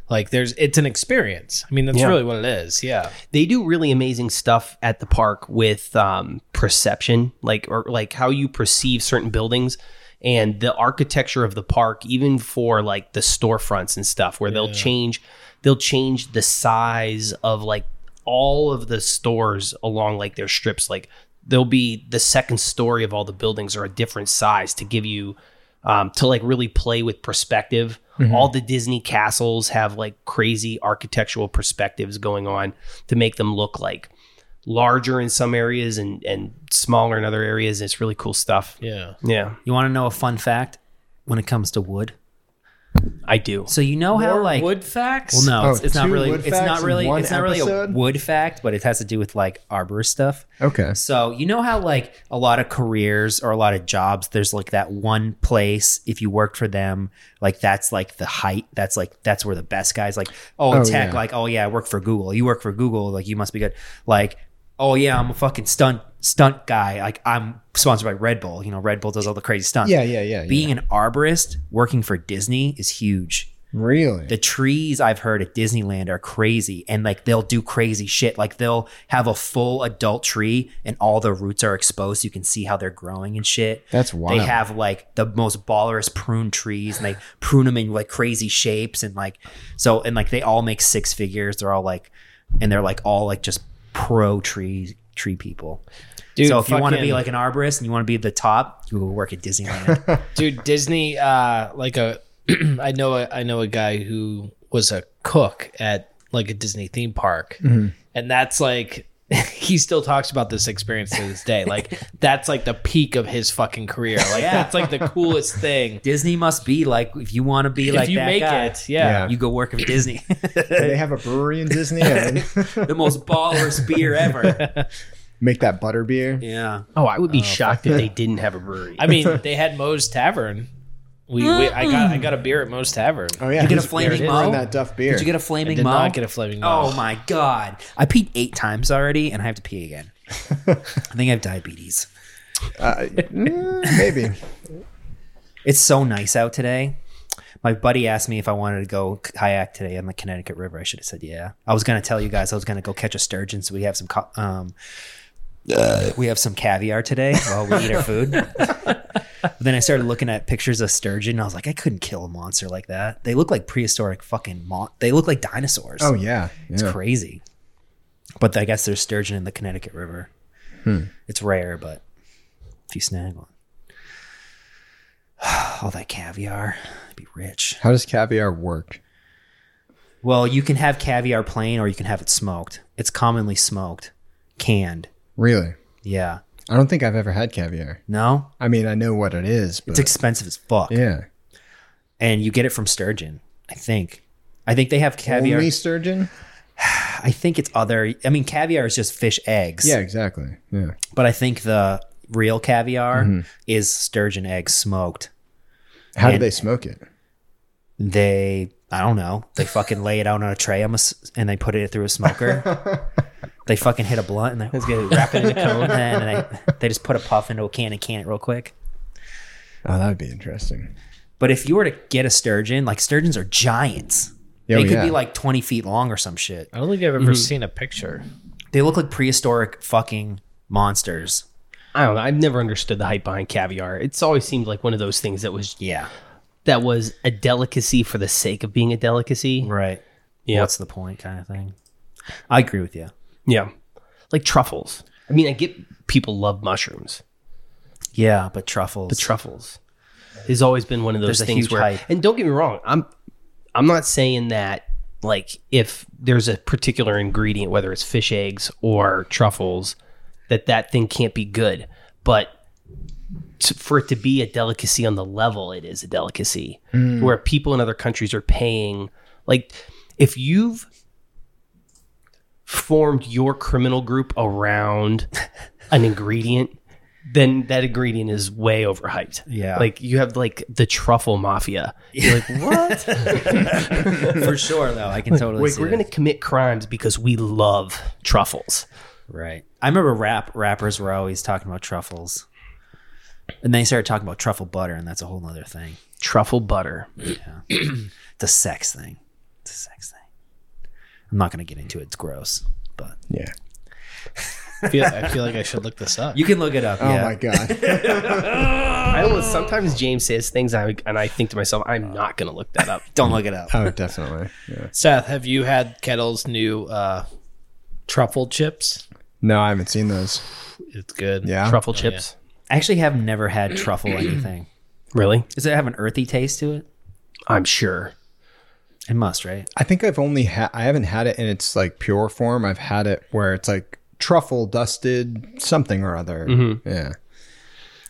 B: Like, there's it's an experience. I mean, that's
D: Yeah.
B: really what it is. Yeah.
D: they do really amazing stuff at the park with um, perception, like or like how you perceive certain buildings and the architecture of the park, even for like the storefronts and stuff, where they'll change, they'll change the size of like all of the stores along like their strips. Like there'll be the second story of all the buildings are a different size to give you um, to like really play with perspective. All the Disney castles have like crazy architectural perspectives going on to make them look like larger in some areas and and smaller in other areas. It's really cool stuff.
B: Yeah.
D: Yeah,
A: you want to know a fun fact when it comes to wood.
D: I do.
A: So you know how
B: More
A: like
B: wood facts?
A: Well, no,
C: Oh,
A: it's, it's not
C: two
A: really.
C: wood
A: It's
C: facts
A: not
C: in
A: really.
C: one
A: It's not really a
C: episode?
A: wood fact, but it has to do with like arborist stuff.
C: okay.
A: So you know how like a lot of careers or a lot of jobs, there's like that one place. If you work for them, like that's like the height. That's like that's where the best guys. Like oh, in
C: Oh,
A: tech.
C: yeah.
A: Like oh yeah, I work for Google. You work for Google. Like you must be good. Like oh yeah, I'm a fucking stunt stunt guy. Like I'm sponsored by Red Bull. You know Red Bull does all the crazy stunts.
C: Yeah, yeah, yeah. yeah.
A: Being an arborist working for Disney is huge
C: Really?
A: the trees I've heard at Disneyland are crazy and like they'll do crazy shit. Like they'll have a full adult tree and all the roots are exposed. So you can see how they're growing and shit.
C: That's wild.
A: They have like the most ballerous prune trees and they prune them in like crazy shapes and like so and like they all make six figures. They're all like and they're like all like just pro tree tree people.
B: Dude,
A: so if you want to be
B: fucking-
A: like an arborist and you want to be at the top, you go work at Disneyland.
B: dude disney uh like a i know a, i know a guy who was a cook at like a disney theme park and that's like he still talks about this experience to this day like that's like the peak of his fucking career like
A: Yeah.
B: that's like the coolest thing
A: Disney must be like if you want to be like
B: if you
A: that
B: make
A: guy,
B: it yeah,
C: Yeah.
A: you go work at Disney.
C: Do they have a brewery in Disney? and
A: the most ballers beer ever.
C: make that butter beer.
A: Yeah.
D: Oh, I would be shocked if they didn't have a brewery.
B: i mean they had moe's tavern we, we i got i got a beer at moe's tavern
C: Oh yeah,
A: You get a
C: who's-
A: flaming
C: they're brewing
A: Mo?
C: that Duff beer.
A: Did you get a flaming
B: did
A: Mo?
B: not get a flaming Moe.
A: Oh my god! I peed eight times already, and I have to pee again. I think I have diabetes.
C: Uh, mm, maybe.
A: It's so nice out today. My buddy asked me if I wanted to go kayak today on the Connecticut River. I should have said yeah. I was going to tell you guys I was going to go catch a sturgeon, so we have some co- um, we have some caviar today while we eat our food. But then I started looking at pictures of sturgeon. And I was like, I couldn't kill a monster like that. They look like prehistoric fucking. Mon- they look like dinosaurs.
C: Oh yeah,
A: It's
C: yeah.
A: crazy. But I guess there's sturgeon in the Connecticut River.
C: Hmm.
A: It's rare, but if you snag one, all that caviar, I'd be rich.
C: How does caviar work?
A: Well, you can have caviar plain or you can have it smoked. It's commonly smoked, canned.
C: Really?
A: Yeah.
C: I don't think I've ever had caviar.
A: No?
C: I mean, I know what it is, but
A: It's expensive as fuck.
C: yeah,
A: And you get it from sturgeon, I think. I think they have caviar.
C: only sturgeon.
A: I think it's other. I mean, caviar is just fish eggs.
C: Yeah, exactly. Yeah,
A: But I think the real caviar
C: Mm-hmm.
A: is sturgeon eggs smoked.
C: how do
A: And-
C: they smoke it?
A: they i don't know they fucking lay it out on a tray I'm ass- and they put it through a smoker they fucking hit a blunt and they
D: Let's get it, wrap it in a cone.
A: and they, they just put a puff into a can and can it real quick
C: Oh, that would be interesting.
A: but if you were to get a sturgeon like sturgeons are giants
C: Yeah,
A: they could
C: yeah.
A: be like 20 feet long or some shit
B: I don't think I've ever seen a picture.
A: they look like prehistoric fucking monsters
D: I don't know. I've never understood the hype behind caviar. It's always seemed like one of those things that was
A: yeah
D: that was a delicacy for the sake of being a delicacy.
A: right
D: Yeah.
A: what's the point kind of thing i agree with you
D: Yeah. Like truffles. I mean, I get people love mushrooms,
A: yeah but truffles
D: but truffles has always been one of those
A: There's a
D: things
A: huge
D: where
A: hype.
D: and don't get me wrong, I'm I'm not saying that like if there's a particular ingredient whether it's fish eggs or truffles that that thing can't be good, but t- for it to be a delicacy on the level it is a delicacy
B: Hmm.
D: where people in other countries are paying like if you've formed your criminal group around an ingredient then that ingredient is way overhyped
A: Yeah.
D: like you have like the truffle mafia you're like what
A: for sure though i can totally
D: Like,
A: see
D: we're
A: that.
D: gonna commit crimes because we love truffles
A: Right. I remember rap rappers were always talking about truffles. And they started talking about truffle butter, and that's a whole other thing.
D: truffle butter
A: The sex thing. It's a sex thing. I'm not gonna get into it. It's gross. But
C: Yeah.
B: I feel, I feel like I should look this up.
A: you can look it up.
C: Oh
A: yeah.
C: my god.
D: i almost sometimes james says things and I, and I think to myself i'm not gonna look that up
A: Don't look it up.
C: oh, definitely. Yeah.
B: Seth, have you had Kettle's new uh, truffle chips?
C: No, I haven't seen those.
B: It's good.
C: Yeah.
D: truffle chips
A: I actually have never had truffle anything.
D: really
A: Does it have an earthy taste to it?
D: i'm sure
A: It must, right?
C: I think I've only had. I haven't had it in its like pure form. I've had it where it's like truffle dusted something or other.
A: Mm-hmm.
C: Yeah.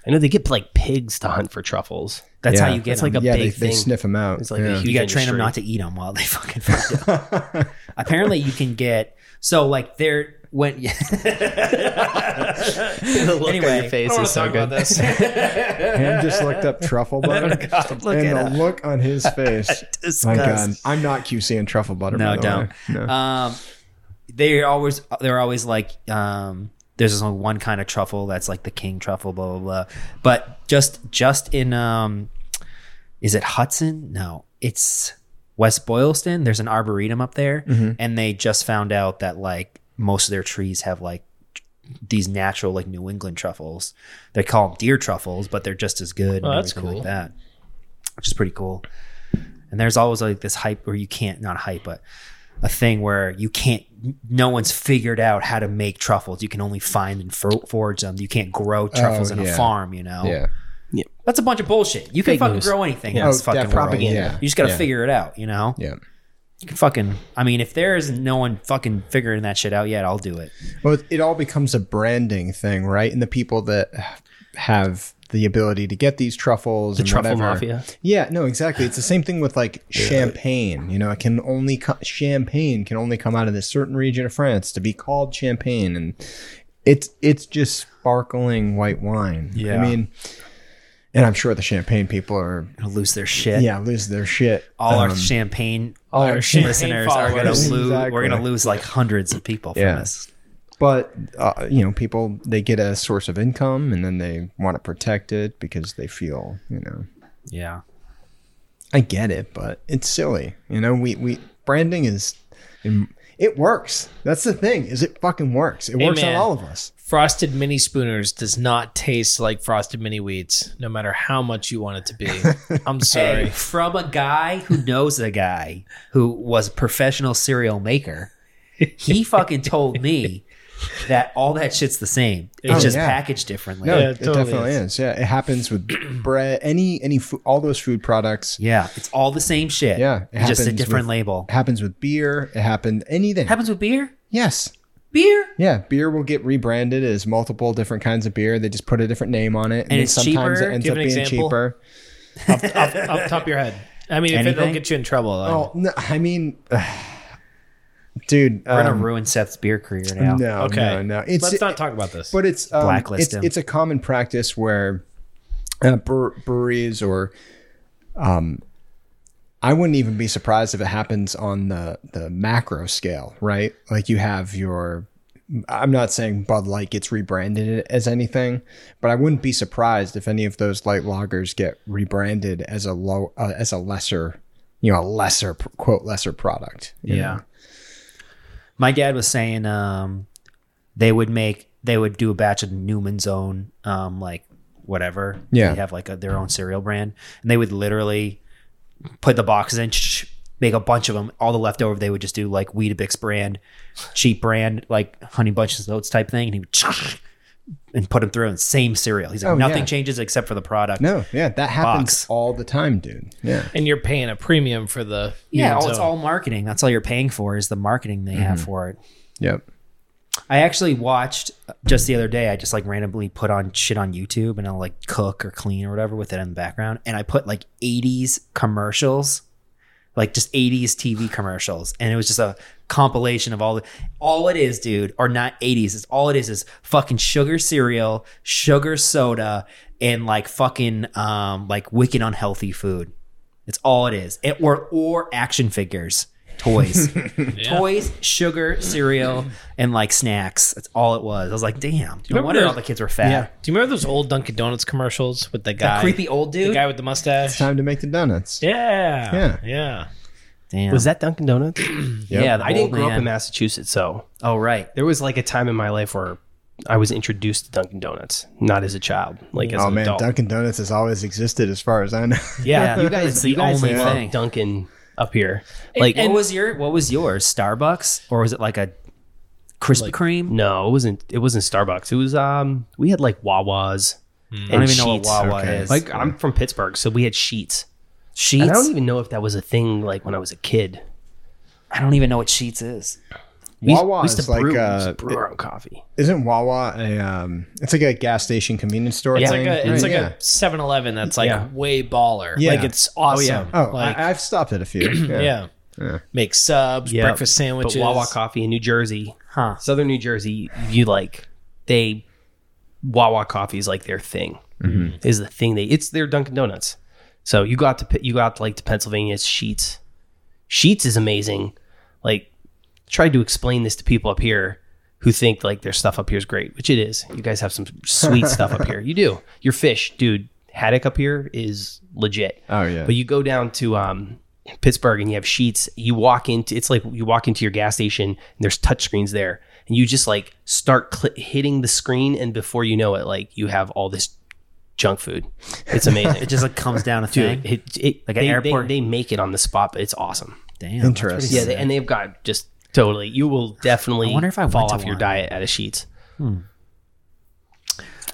D: i know they get like pigs to hunt for truffles
A: That's
C: Yeah.
A: how you get
D: It's like
A: them.
D: a
C: yeah, they,
D: big
C: they
D: thing.
C: sniff them out.
D: It's like a
C: yeah.
D: huge-
A: you gotta train them
D: industry.
A: not to eat them while they fucking find out. Apparently, you can get so like they're when
D: the look
A: Anyway,
D: on your face
B: I don't
D: is so
B: wanna talk
D: good.
B: about this.
C: Ham just looked up truffle butter,
A: look
C: and
A: it
C: the
A: up.
C: look on his face. My God,
A: Disgust.
C: I'm not QCing truffle butter.
A: No,
C: by the
A: don't.
C: way. No.
A: Um, they're always they're always like um, there's this only one kind of truffle that's like the king truffle, blah blah blah. But just just in um, is it Hudson? No, it's West Boylston. There's an arboretum up there,
B: Mm-hmm.
A: and they just found out that like most of their trees have like these natural like New England truffles. They call them deer truffles, but they're just as good.
B: Oh,
A: and
B: that's
A: everything
B: cool.
A: Like that, which is pretty cool. And there's always like this hype, where you can't not hype, but a thing where you can't no one's figured out how to make truffles you can only find and for- forage them you can't grow truffles in
C: Oh, yeah.
A: a farm you know
C: Yeah.
A: that's a bunch of bullshit you can
D: Fake
A: fucking
D: news.
A: grow anything
C: Oh,
A: in this fucking
C: definitely,
A: world.
C: yeah.
A: you just gotta
C: Yeah.
A: figure it out you know
C: Yeah.
A: you can fucking i mean if there is no one fucking figuring that shit out yet i'll do it
C: Well, it- it all becomes a branding thing, right? And the people that have the ability to get these truffles and
D: truffle
C: whatever.
D: mafia.
C: Yeah, no, exactly. It's the same thing with like champagne. You know, it can only co- champagne can only come out of this certain region of France to be called champagne, and it's it's just sparkling white wine.
A: Yeah.
C: I mean, and I'm sure the champagne people are
A: Gonna lose their shit
C: yeah lose their shit.
A: all our
C: Um,
A: champagne
B: All our champagne
A: listeners are gonna
B: followers.
A: lose we're
C: Exactly.
A: gonna lose like hundreds of people from
C: Yeah.
A: this
C: but uh, you know people they get a source of income and then they want to protect it because they feel you know
A: yeah
C: i get it but it's silly you know we we branding is it works that's the thing is it fucking works it works
B: man.
C: on all of us
B: Frosted mini spooners does not taste like frosted mini wheats, no matter how much you want it to be. I'm
A: Hey,
B: sorry.
A: from a guy who knows a guy who was a professional cereal maker, he fucking told me that all that shit's the same. It's
C: Oh,
A: just
C: yeah.
A: packaged differently.
C: No,
B: Yeah,
C: it,
B: it totally
C: definitely is. Yeah, it happens with bread, any any food, all those food products.
A: Yeah, it's all the same shit.
C: Yeah, it
A: it's just a
C: happens
A: different
C: with-
A: label.
C: It happens with beer. It happened anything.
A: Happens with beer.
C: yes.
A: Beer,
C: Yeah, beer will get rebranded as multiple different kinds of beer. They just put a different name on it, and,
A: And
C: then
A: it's
C: sometimes
A: cheaper?
C: it ends
B: Give
C: up
B: an
C: being
B: example.
C: cheaper.
B: off, off, off top of your head. I mean, if it'll
A: Anything?
B: get you in trouble. uh,
C: Oh, no, I mean, dude,
A: we're gonna
C: um,
A: ruin Seth's beer career now.
C: no,
B: Okay.
C: no, no. It's
B: Let's not talk about this.
C: But it's um,
A: Blacklist
C: it's,
A: him.
C: it's a common practice where uh, bre- breweries or, um, I wouldn't even be surprised if it happens on the the macro scale, right? Like you have your. I'm not saying Bud Light gets rebranded as anything, but I wouldn't be surprised if any of those light lagers get rebranded as a low uh, as a lesser, you know, a lesser quote lesser product. you know?
A: My dad was saying um, they would make they would do a batch of Newman's own um, like whatever.
C: Yeah.
A: they have like a, their own cereal brand, and they would literally put the boxes in, shh, make a bunch of them. All the leftover they would just do like Weetabix brand, cheap brand like Honey Bunches of Oats type thing, and he would. shh, and put them through and same cereal. He's like,
C: Oh,
A: nothing
C: yeah.
A: changes except for the product.
C: No, yeah, that happens
A: Box.
C: all the time, dude. Yeah.
B: and you're paying a premium for the
A: yeah,
B: Newman's
A: all, it's
B: Own.
A: all marketing. That's all you're paying for is the marketing
C: Mm-hmm.
A: they have for it.
C: Yep.
A: I actually watched just the other day. I just like randomly put on shit on YouTube and I'll like cook or clean or whatever with it in the background. And I put like 80s commercials, like just 80s TV commercials. And it was just a compilation of all the, all it is, dude, or not 80s. It's all it is is fucking sugar cereal, sugar soda, and like fucking um like wicked unhealthy food. It's all it is. It, or or action figures, toys. Toys, sugar, cereal, and like snacks. That's all it was. I was like, damn. No
B: remember
A: wonder
B: those-
A: all the kids were fat.
C: Yeah.
B: Do you remember those old Dunkin' Donuts commercials with the guy,
A: That creepy old
B: the
A: dude.
B: guy with the mustache?
C: Time to make the donuts.
B: Yeah,
C: Yeah.
B: yeah.
A: Damn.
D: Was that Dunkin' Donuts?
C: Yep.
A: Yeah, the
D: I didn't
A: old
D: grow up
A: man.
D: in Massachusetts, so
A: Oh right.
D: there was like a time in my life where I was introduced to Dunkin' Donuts, not as a child, like as
C: Oh
D: an
C: man,
D: adult.
C: Dunkin' Donuts has always existed as far as I know.
D: yeah,
A: Yeah,
D: you guys,
A: it's the
D: you guys
A: only
D: love
A: thing.
D: Dunkin' up here. Like,
A: what was your what was yours? Starbucks? Or was it like a Krispy Kreme?
D: no, it wasn't. It wasn't Starbucks. It was um, we had like Wawas.
A: I don't even know what
D: Sheetz.
A: Wawa
C: Okay.
A: is.
D: Like I'm from Pittsburgh, so we had sheets.
A: Sheets?
D: And I don't even know if that was a thing like when I was a kid.
A: know what Sheets is.
D: We,
C: Wawa
D: we used
C: is
D: to
C: like,
D: brew, we
C: uh,
D: used to brew our own coffee.
C: Isn't Wawa a? Um, it's like a gas station convenience store.
B: It's
C: thing,
B: like a it's
C: right?
B: like a 7-Eleven that's like
D: Yeah.
B: way baller.
C: Yeah.
B: Like it's awesome.
C: Oh,
B: like
C: I, I've stopped at a few. Yeah.
B: yeah. Make subs,
D: Yeah.
B: breakfast sandwiches.
D: But Wawa coffee in New Jersey,
A: Huh.
D: Southern New Jersey, you like they Wawa coffee is like their thing.
C: Mm-hmm.
D: Is the thing they it's their Dunkin' Donuts. So you got to Pe- you got like to Pennsylvania it's Sheets. Sheets is amazing. Like tried to explain this to people up here who think like their stuff up here is great, which it is. You guys have some sweet stuff up here. You do. Your fish, dude. Haddock up here is legit.
C: Oh, yeah.
D: But you go down to um, Pittsburgh and you have sheets. You walk into it's like you walk into your gas station and there's touchscreens there, and you just like start cli hitting the screen, and before you know it, like you have all this junk food. It's amazing.
A: It just like comes down a thing.
D: Dude, it, it,
A: Like
D: like
A: an
D: they,
A: airport.
D: They, they make it on the spot, but it's awesome.
A: Damn. that's pretty
C: Interesting.
D: Yeah,
A: sick.
D: they, and they've got just totally. You will definitely
A: I wonder if I went
D: fall
A: to
D: off your
A: one. Hmm.
D: diet out of sheets.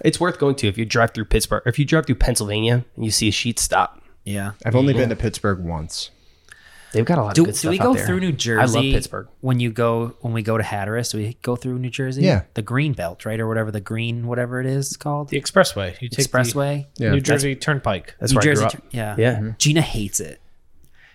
D: It's worth going to if you drive through Pittsburgh. If you drive through Pennsylvania and you see a sheet stop,
A: yeah.
C: I've only been to Pittsburgh once.
D: they've got a lot
A: Do,
D: of good
A: do
D: stuff
A: we go
D: out there.
A: through New Jersey?
D: I love Pittsburgh.
A: When you go when we go to Hatteras, do we go through New Jersey?
C: Yeah.
A: The green belt, right? Or whatever the green whatever it is called.
B: the expressway. You take
A: Expressway.
B: the
C: Yeah.
B: New Jersey Turnpike.
D: That's
A: New
D: where
A: Jersey
D: I grew up.
A: Tur- yeah.
D: Yeah,
A: Gina hates it.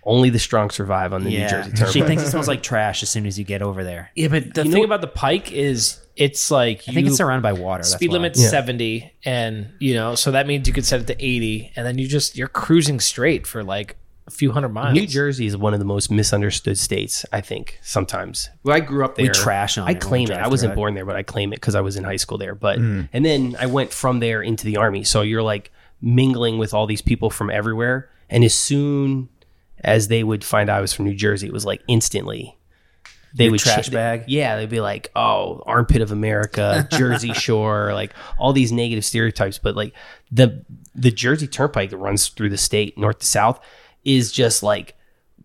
D: only the strong survive on the New
A: Yeah.
D: Jersey Turnpike.
A: She thinks it smells like trash as soon as you get over there.
B: Yeah, but the thing about the Pike is it's like
A: I
B: you
A: think it's surrounded by water. that's
B: speed
A: why.
B: limit's 70 and you know, so that means you could set it to 80 and then you just you're cruising straight for like a few hundred miles.
D: New Jersey is one of the most misunderstood states, I think, sometimes. Well, I grew up there.
A: trash on it
D: I
A: when we
D: claim it. Hmm.
A: drive
D: I wasn't
A: through it.
D: born there, but I claim it because I was in high school there. But and then I went from there into the army. So you're like mingling with all these people from everywhere. And as soon as they would find I was from New Jersey, it was like instantly they
A: Your
D: would
A: trash
D: ch-
A: bag?
D: Yeah, they'd be like, "Oh, armpit of America, Jersey Shore," like all these negative stereotypes. But like the the Jersey Turnpike that runs through the state, north to south, is just like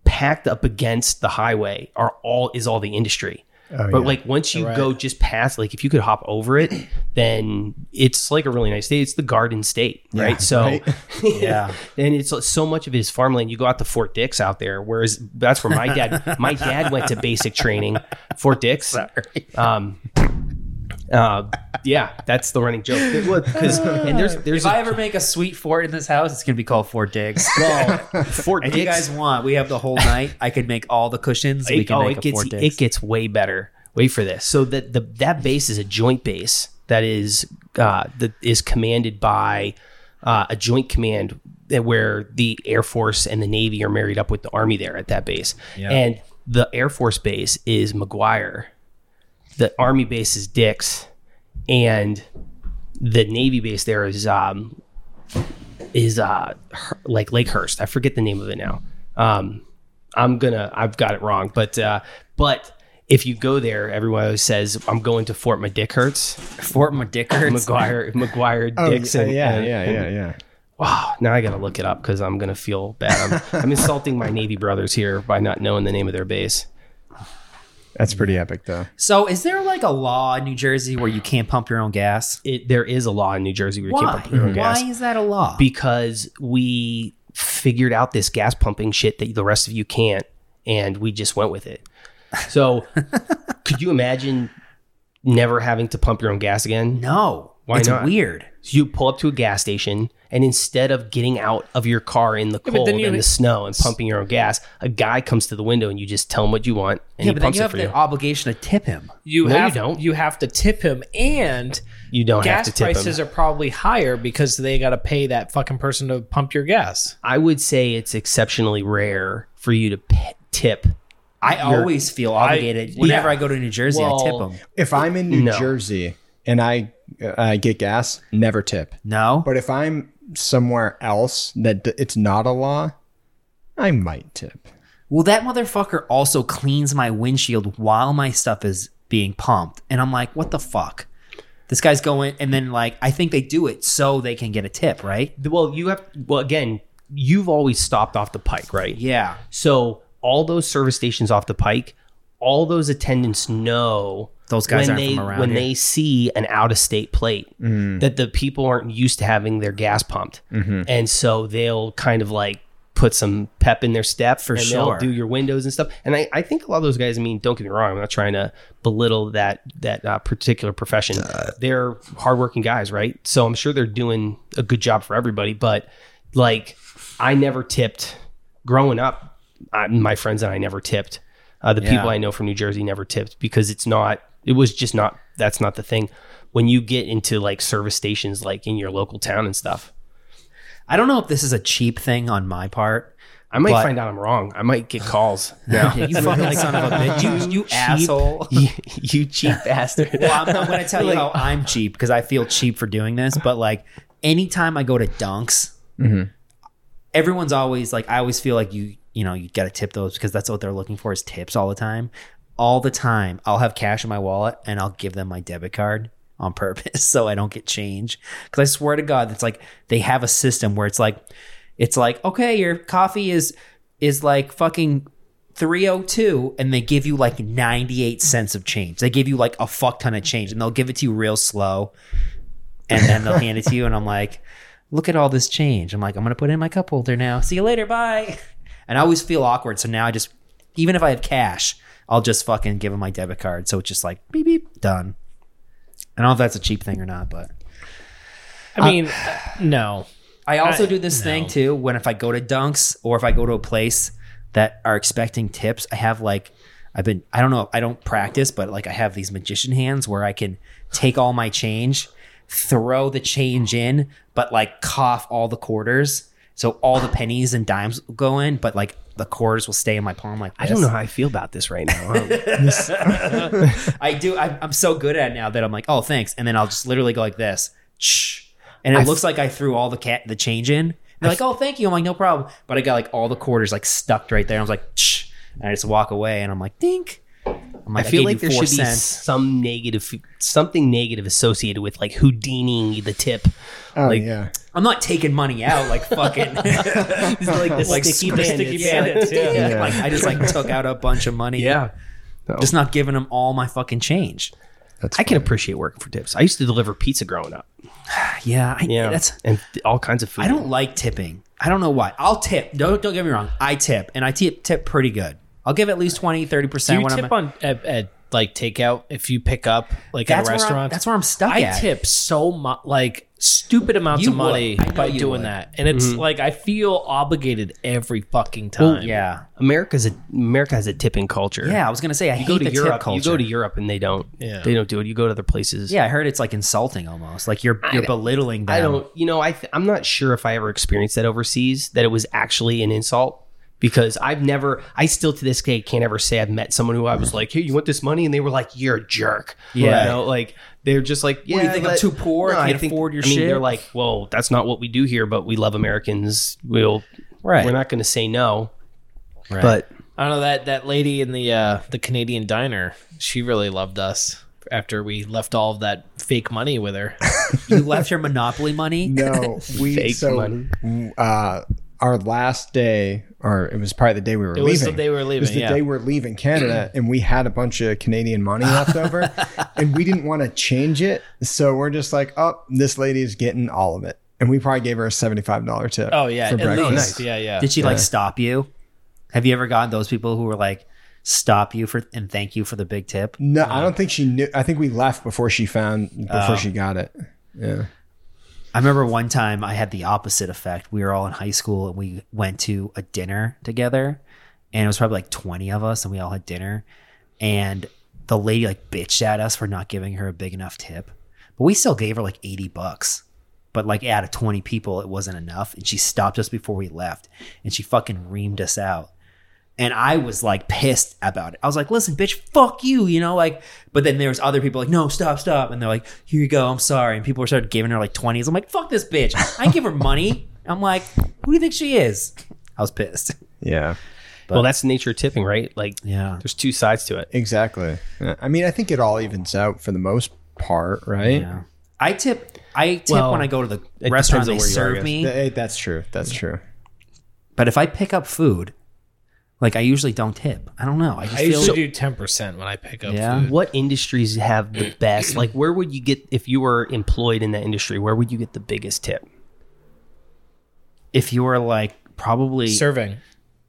D: packed up against the highway. Are all is all the industry.
C: Oh,
A: Oh,
D: but like once you go just past, like if you could hop over it, then it's like a really nice state. It's the Garden State, right? so
C: right.
A: Yeah.
D: and it's so much of it is farmland. You go out to Fort Dix out there, whereas that's where my dad my dad went to basic training, Fort Dix. Um, uh, yeah, that's the running joke. Well, 'cause- and there's there's
A: If I ever make a sweet fort in this house, it's gonna be called Fort Digs.
D: well, Fort
A: If
D: Dix.
A: you guys want, we have the whole night. I could make all the cushions. we
D: it,
A: can
D: oh,
A: make
D: it
A: a
D: gets
A: Fort
D: it
A: Digs.
D: gets way better. Wait for this. So that the that base is a joint base that is uh, that is commanded by uh, a joint command that where the Air Force and the Navy are married up with the Army there at that base. And the Air Force base is McGuire. The Army base is Dix, and the Navy base there is um is uh Her- like Lakehurst. I forget the name of it now. Um, I'm gonna I've got it wrong, but uh, but if you go there, everyone always says I'm going to Fort My Dick Hurts,
A: Fort McDicker.
D: McGuire McGuire
C: Oh,
D: Dixon.
C: yeah,
D: and-
C: yeah, yeah, yeah.
D: Wow, now I gotta look it up because I'm gonna feel bad. I'm, I'm insulting my Navy brothers here by not knowing the name of their base.
C: That's pretty epic, though.
A: So, is there like a law in New Jersey where you can't pump your own gas?
D: It, there is a law in New Jersey where you can't
A: Why?
D: pump your own gas
A: Why is that a law?
D: because we figured out this gas pumping shit that the rest of you can't, and we just went with it. So, could you imagine never having to pump your own gas again?
A: no. Why it's
D: not?
A: weird.
D: So you pull up to a gas station, and instead of getting out of your car in the
B: but
D: cold
B: then you-
D: and the snow and pumping your own gas, a guy comes to the window and you just tell him what you want, and
A: Yeah,
D: he
A: but then
D: pumps
A: you
D: it
A: have
D: for
A: the
D: you.
A: obligation to tip him.
B: You
D: No, you
B: have
D: don't.
B: you have to tip him, and
D: You don't have
B: gas
D: to tip
B: prices
D: him.
B: are probably higher because they got to pay that fucking person to pump your gas.
D: I would say it's exceptionally rare for you to p- tip.
A: I always feel obligated whenever I go to New Jersey. I tip
D: Well-
A: them.
C: If I'm in New
D: No.
C: Jersey and I I get gas, never tip.
A: No,
C: But if I'm somewhere else that d- it's not a law, I might tip.
A: Well, that motherfucker also cleans my windshield while my stuff is being pumped. And I'm like, what the fuck? This guy's going, and then like, I think they do it so they can get a tip, right?
D: Well, you have. Well, again, you've always stopped off the pike, right?
A: Yeah.
D: So all those service stations off the pike, all those attendants know
A: Those guys
D: when
A: aren't
D: they
A: from around
D: when
A: here. Mm-hmm.
D: they see an out of state plate that the people aren't used to having their gas pumped, and so they'll kind of like put some pep in their step for
A: sure.
D: do your windows and stuff. And I, I think a lot of those guys. I mean, don't get me wrong. I'm not trying to belittle that that uh, particular profession. they're hardworking guys, right? So I'm sure they're doing a good job for everybody. But like, I never tipped growing up. I, my friends and I never tipped. Uh, the people I know from New Jersey never tipped because it's not. It was just not. That's not the thing. When you get into like service stations, like in your local town and stuff,
A: I don't know if this is a cheap thing on my part.
D: I might
A: But-
D: find out I'm wrong. I might get calls.
A: you fucking son of a bitch. You, you asshole.
D: you, you cheap bastard.
A: Well, I'm not going to tell you how I'm cheap because I feel cheap for doing this. But like, anytime I go to Dunks, everyone's always like, I always feel like you, you know, you got to tip those because that's what they're looking for is tips all the time. All the time, I'll have cash in my wallet and I'll give them my debit card on purpose so I don't get change. Because I swear to God, it's like they have a system where it's like, it's like, okay, your coffee is is like fucking 302 and they give you like 98 cents of change. They give you like a fuck ton of change and they'll give it to you real slow and then they'll hand it to you and I'm like, "Look at all this change." I'm like, "I'm going to put it in my cup holder now. See you later, bye." And I always feel awkward, so now I just even if I have cash, I'll just fucking give them my debit card. So it's just like beep beep done. I don't know if that's a cheap thing or not, but
B: I mean, no.
A: I also
B: I-
A: do this thing too when if I go to Dunks or if I go to a place that are expecting tips, I have like I've been I don't know, I don't practice, but like I have these magician hands where I can take all my change, throw the change in, but like cough all the quarters. So all the pennies and dimes will go in, but like the quarters will stay in my palm like
D: I
A: this.
D: don't know how I feel about this right now. Um,
A: I do. I, I'm so good at it now that I'm like, oh, thanks, and then I'll just literally go like this, Shh. and it
D: I f-
A: looks like I threw all the cat the change in. They're like, oh, thank you. I'm like, no problem. But I got like all the quarters like stuck right there. I was like, Shh. and I just walk away, and I'm like, dink. I'm I'm
D: I
A: like, I,
D: feel
A: gave
D: like
A: you
D: there
A: four
D: should be
A: cents.
D: some negative, something negative associated with like Houdini the tip.
C: Oh
D: Like-
C: yeah.
A: I'm not taking money out like fucking
D: It's like the
A: like
D: sticky
A: sticky bandits.
D: bandits.
B: yeah.
A: Yeah.
C: Yeah.
A: Like I just like took out a bunch of money.
D: Yeah.
A: Just not giving them all my fucking change.
C: That's
D: I can appreciate working for tips. I used to deliver pizza growing up.
A: Yeah, I,
D: Yeah.
A: that's
D: and th- all kinds of food.
A: I don't like tipping. I don't know why. I'll tip. Don't don't get me wrong. I tip and I tip tip pretty good. I'll give at least 20, 30%
B: Do you
A: when I'm
B: tip on at, at like takeout if you pick up like
A: that's where
B: at a
A: I'm-
B: restaurant?
A: that's where I'm stuck
B: I
A: at.
B: tip so much, like stupid amounts
A: You
B: of money
A: would. I know
B: by
A: you
B: doing
A: would.
B: that, and it's like I feel obligated every fucking time.
A: Yeah.
D: America's a America has a tipping culture.
A: Yeah, I was gonna say I
D: You
A: hate
D: go to
A: the
D: Europe.
A: tip culture.
D: You go to Europe and they don't.
B: Yeah.
D: They don't do it. You go to other places.
A: yeah, I heard it's like insulting almost. Like you're you're belittling them.
D: I don't. You know, I th- I'm not sure if I ever experienced that overseas that it was actually an insult because I've never. I still to this day can't ever say I've met someone who I was like, "Hey, you want this money?" and they were like, "You're a jerk."
A: Yeah.
D: You know, like they're just like, "Yeah,
A: do you think, I'm
D: let-
A: too poor? I can't afford your
D: I mean,
A: shit?
D: They're like, "Well, that's not what we do here, but we love Americans. We'll.
A: Right.
D: We're not going to say no."
A: Right.
D: But
B: I don't know that that lady in the uh, the Canadian diner. She really loved us after we left all of that fake money with her.
A: you left your monopoly money.
C: No, we
D: Fake
C: so uh our last day or it was probably the day we were
B: It
C: leaving.
B: was the day we were
C: It was
B: leaving.
C: the
B: Yeah.
C: day we were leaving Canada and we had a bunch of Canadian money left over and we didn't want to change it. So we're just like, oh, this lady is getting all of it. And we probably gave her a $75 tip.
B: oh yeah,
C: For
B: at
C: breakfast.
B: least. Yeah, yeah.
A: Did she like stop you? Have you ever gotten those people who were like stop you for and thank you for the big tip?
C: No, I don't think she knew. I think we left before she found, before
B: Oh.
C: she got it. Yeah.
A: I remember one time I had the opposite effect. We were all in high school and we went to a dinner together, and it was probably like twenty of us, and we all had dinner, and the lady like bitched at us for not giving her a big enough tip, but we still gave her like eighty bucks. But like out of twenty people, it wasn't enough, and she stopped us before we left, and she fucking reamed us out. And I was like pissed about it. I was like, listen, bitch, fuck you, you know, like, but then there was other people like, no, stop, stop. And they're like, here you go, I'm sorry. And people started giving her like 20s. I'm like, fuck this bitch. I give her money. I'm like, who do you think she is? I was pissed.
C: Yeah.
D: well, that's the nature of tipping, right? Like,
A: Yeah.
D: there's two sides to it.
C: Exactly. Yeah. I mean, I think it all evens out for the most part, right?
A: Yeah. I tip, I tip
D: Well,
A: when I go to the
D: depends
A: restaurant
D: on
A: they
D: where you are, I
A: serve
D: guess.
A: me.
C: Th- eh, that's true. That's true.
A: but if I pick up food, like, I usually don't tip. I don't know. I just
B: I
A: feel
B: usually do ten percent when I pick up.
A: Yeah.
B: food.
D: What industries have the best? Like, where would you get if you were employed in that industry? Where would you get the biggest tip?
A: if you were like, probably
B: serving.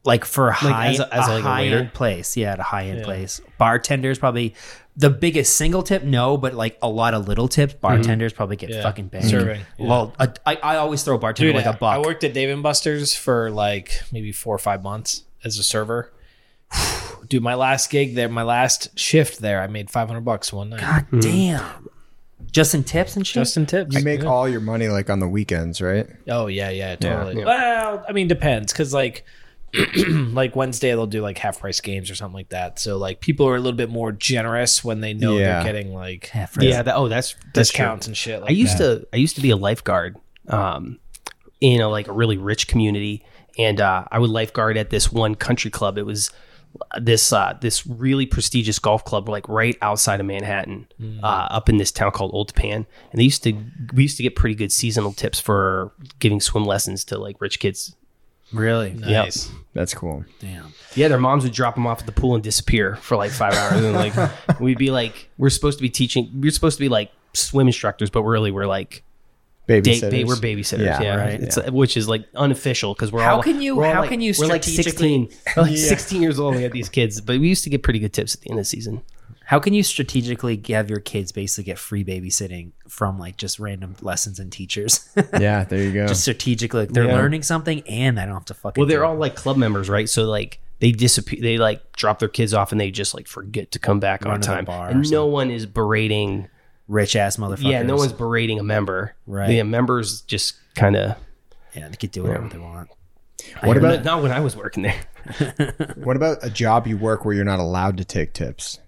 A: like for a high
D: as a- as
A: a
D: like a
A: high
D: waiter?
A: end place. Yeah, at a high end place. Bartenders probably the biggest single tip. No, but like a lot of little
D: Mm-hmm.
A: tips. Bartenders probably get
B: Yeah.
A: fucking banged.
B: Serving, yeah.
A: Well, a, I, I always throw a bartender
B: Dude,
A: like a buck.
B: I worked at Dave and Buster's for like maybe four or five months as a server. Dude, my last gig there, my last shift there, I made five hundred bucks one night.
A: God damn. Just in tips and shit.
B: Just in tips.
C: You make
B: Yeah.
C: all your money like on the weekends, right?
B: Oh yeah, yeah, totally.
C: Yeah.
B: Well, I mean, depends because like, like Wednesday they'll do like half price games or something like that. So like people are a little bit more generous when they know
C: Yeah.
B: they're getting like
A: yeah, for
D: Yeah. That, oh, that's that's true.
B: discounts and shit. Like
D: I used to I used to be a lifeguard um, in a like a really rich community, and uh, I would lifeguard at this one country club. It was this uh, this really prestigious golf club, like right outside of Manhattan, uh, up in this town called Old Pan. And they used to we used to get pretty good seasonal tips for giving swim lessons to like rich kids.
A: really.
B: yeah.
D: yeah.
B: Nice.
C: That's cool.
A: Damn.
D: Yeah, their moms would drop them off at the pool and disappear for like five hours, and like we'd be like, we're supposed to be teaching, we're supposed to be like swim instructors, but really we're like
C: Babysitters.
D: date, ba- we're babysitters.
C: Yeah,
D: Yeah,
C: right,
D: It's which is like unofficial because we're
A: How
D: all
A: can you-
D: we're all,
A: how
D: like-
A: can you
D: we're like
A: strategically-
D: sixteen, we're like sixteen years old. We had these kids, but we used to get pretty good tips at the end of the season.
A: How can you strategically have your kids basically get free babysitting from like just random lessons and teachers?
C: yeah, there you go.
A: just strategically, like they're
C: Yeah.
A: learning something and I don't have to fucking.
D: Well, they're
A: do it.
D: all like club members, right? So like they disappear, they like drop their kids off, and they just like forget to come back
A: Run
D: on
A: to the
D: time,
A: bar or
D: and no
A: something.
D: one is berating.
A: rich ass motherfuckers.
D: Yeah, no one's berating a member.
A: Right.
D: the members just kind of.
A: Yeah, they could do whatever they want.
C: what about
D: Not when I was working there.
C: what about a job you work where you're not allowed to take tips?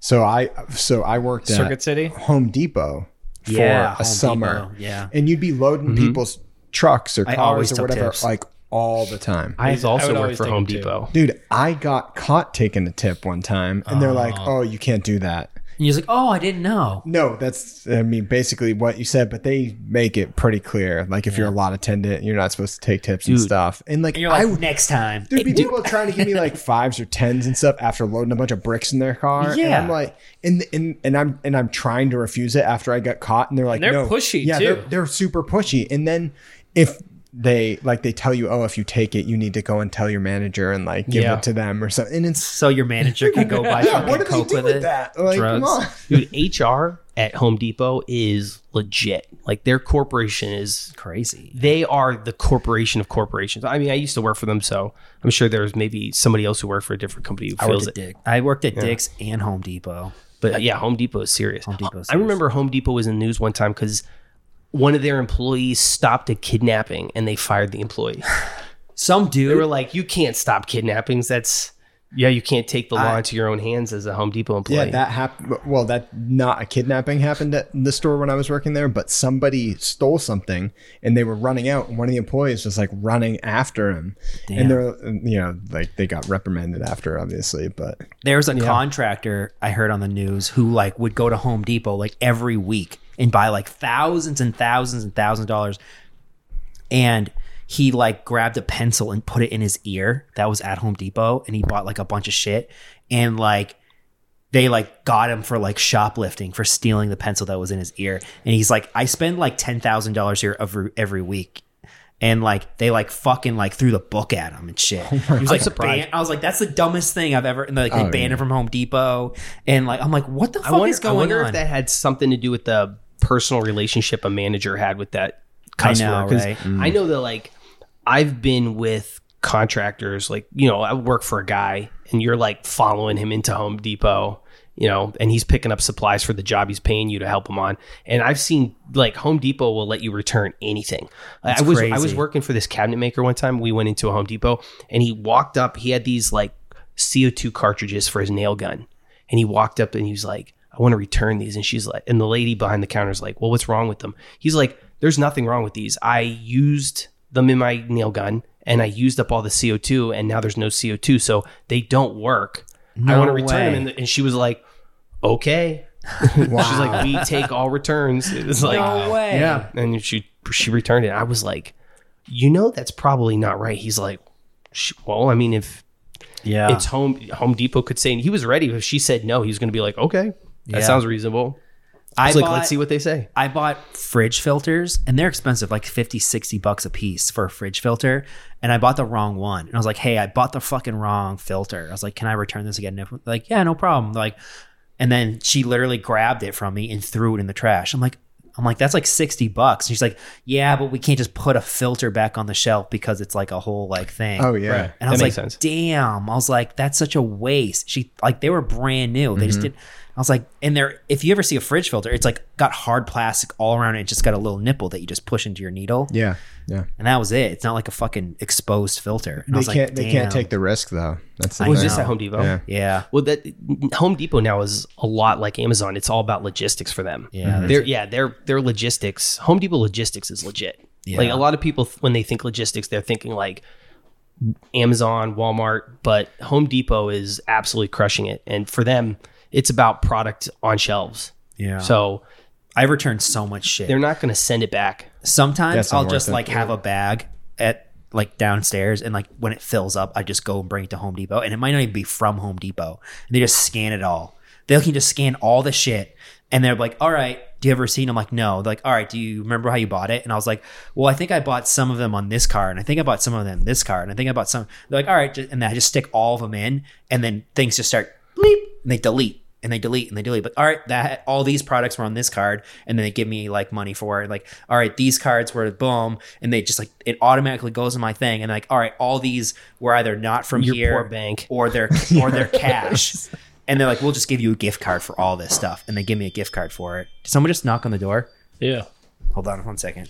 C: So I so I worked
B: Circuit
C: at
B: City.
C: Home Depot for
A: Yeah,
C: a
A: Home
C: summer.
A: Depot, yeah. Mm-hmm.
C: And you'd be loading people's trucks or
A: always
C: cars or
A: took
C: whatever
A: tips.
C: like all the time.
D: I have also
B: would
D: worked
B: always
D: for
B: think
D: Home
B: too.
D: Depot.
C: Dude, I got caught taking a tip one time, and they're like, "Oh, you can't do that."
A: And he's like, oh, I didn't know.
C: No, that's I mean basically what you said, but they make it pretty clear. Like if you're a lot attendant, you're not supposed to take tips and stuff. And like,
A: And you're like,
C: I would
A: next time.
C: there'd be people trying to give me like fives or tens and stuff after loading a bunch of bricks in their car. And
A: Yeah.
C: I'm like, and and and I'm and I'm trying to refuse it after I got caught, and they're like,
B: they're
C: no.
B: pushy,
C: Yeah,
B: too.
C: They're, they're super pushy. And then if they like they tell you, oh, if you take it, you need to go and tell your manager and like give
B: Yeah.
C: it to them or something. And it's
A: So your manager can go buy
C: yeah,
A: fucking
C: what do they
A: coke
C: do
A: with
C: with,
A: it.
C: that? Like,
A: Drugs.
C: come on.
D: Dude, HR at Home Depot is legit. Like their corporation is
A: Crazy.
D: they are the corporation of corporations. I mean, I used to work for them, so I'm sure there's maybe somebody else who worked for a different company who
A: I worked
D: feels
A: at
D: it.
A: Dick. I worked at Dick's and Home Depot.
D: But uh, yeah, Home Depot is serious.
A: Home Depot is
D: I remember Home Depot was in the news one time because one of their employees stopped a kidnapping and they fired the employee.
A: Some
D: They were
A: dude,
D: like, "You can't stop kidnappings. That's yeah, you can't take the law into your own hands as a Home Depot
C: Yeah,
D: employee."
C: that happened. Well, that not a kidnapping happened at the store when I was working there, but somebody stole something and they were running out, and one of the employees was like running after him, and they're you know like they got reprimanded after, obviously, but
A: there was a contractor I heard on the news who like would go to Home Depot like every week and buy like thousands and thousands and thousands of dollars. And he like grabbed a pencil and put it in his ear that was at Home Depot and he bought like a bunch of shit and like they like got him for like shoplifting for stealing the pencil that was in his ear and he's like i spend like $10000 here every, every week and like they like fucking like threw the book at him and shit. he was like ban- I was like, that's the dumbest thing I've ever. And like
D: Oh,
A: they banned him from Home Depot. And like I'm like, what the fuck
D: I wonder,
A: is going
D: I wonder
A: on?
D: if that had something to do with the personal relationship a manager had with that customer.
A: know,
D: 'Cause
A: right? Mm.
D: I know that like I've been with contractors, like you know, I work for a guy, and you're like following him into Home Depot. You know, and he's picking up supplies for the job he's paying you to help him on. And I've seen like Home Depot will let you return anything. I was I was
A: crazy.
D: working for this cabinet maker one time. We went into a Home Depot and he walked up. He had these like CO2 cartridges for his nail gun. And he walked up and he was like, I want to return these. And she's like, and the lady behind the counter is like, Well, what's wrong with them? He's like, There's nothing wrong with these. I used them in my nail gun and I used up all the CO2 and now there's no CO2. So they don't work. I
A: No
D: want to return them.
A: way.
D: And, the- and she was like, Okay. She's like, We take all returns. It was like,
A: no way.
B: Yeah.
D: and she she returned it. I was like, you know, that's probably not right. He's like, "Sh- well, I mean, if
A: Yeah.
D: it's Home Home Depot could say, and he was ready. If she said no, he was going to be like, okay,
A: Yeah.
D: that sounds reasonable. I
A: I
D: was
A: bought,
D: like, let's see what they say.
A: I bought fridge filters and they're expensive, like 50, 60 bucks a piece for a fridge filter. And I bought the wrong one. And I was like, hey, I bought the fucking wrong filter. I was like, can I return this again? And they're like, yeah, no problem. Like, and then she literally grabbed it from me and threw it in the trash. I'm like, I'm like, that's like 60 bucks. And she's like, yeah, but we can't just put a filter back on the shelf because it's like a whole like thing.
C: oh yeah,
B: Right.
A: And I was
D: That
A: like,
D: makes sense.
A: damn. I was like, that's such a waste. She like they were brand new. They
D: Mm-hmm.
A: just didn't I was like, and they're if you ever see a fridge filter, it's like got hard plastic all around it, It's just got a little nipple that you just push into your needle.
C: yeah, yeah.
A: And that was it. It's not like a fucking exposed filter. And I
C: They
A: was
C: can't
A: like,
C: they can't
A: damn.
C: take the risk though. That's the
A: I
C: thing.
D: Was this
A: know.
D: at Home Depot?
C: Yeah.
A: Yeah.
D: Well, that Home Depot now is a lot like Amazon. It's all about logistics for them.
B: Mm-hmm.
A: Yeah,
D: they're yeah, their their logistics. Home Depot logistics is legit. Like a lot of people, when they think logistics, they're thinking like Amazon, Walmart, but Home Depot is absolutely crushing it. And for them, it's about product on shelves.
A: Yeah. So
D: So
A: I returned so much shit.
D: they're not going to send it back.
A: Sometimes
C: That's not
A: I'll
C: worth
A: just
C: it.
A: like have a bag at like downstairs and like when it fills up, I just go and bring it to Home Depot and it might not even be from Home Depot. And they just scan it all. They can just scan all the shit and they're like, all right, do you have a receipt? I'm like, no. They're like, all right, do you remember how you bought it? And I was like, well, I think I bought some of them on this card and I think I bought some of them this card and I think I bought some. They're like, all right. ju- And then I just stick all of them in and then things just start bleep and they delete and they delete and they delete. But all right, that all these products were on this card, and then they give me like money for it. Like, all right, these cards were boom, and they just like it automatically goes in my thing. And like, all right, all these were either not from
D: Your
A: here
D: poor bank.
A: or their or their cash. And they're like, we'll just give you a gift card for all this stuff, and they give me a gift card for it. Did someone just knock on the door?
B: Yeah.
A: Hold on one second.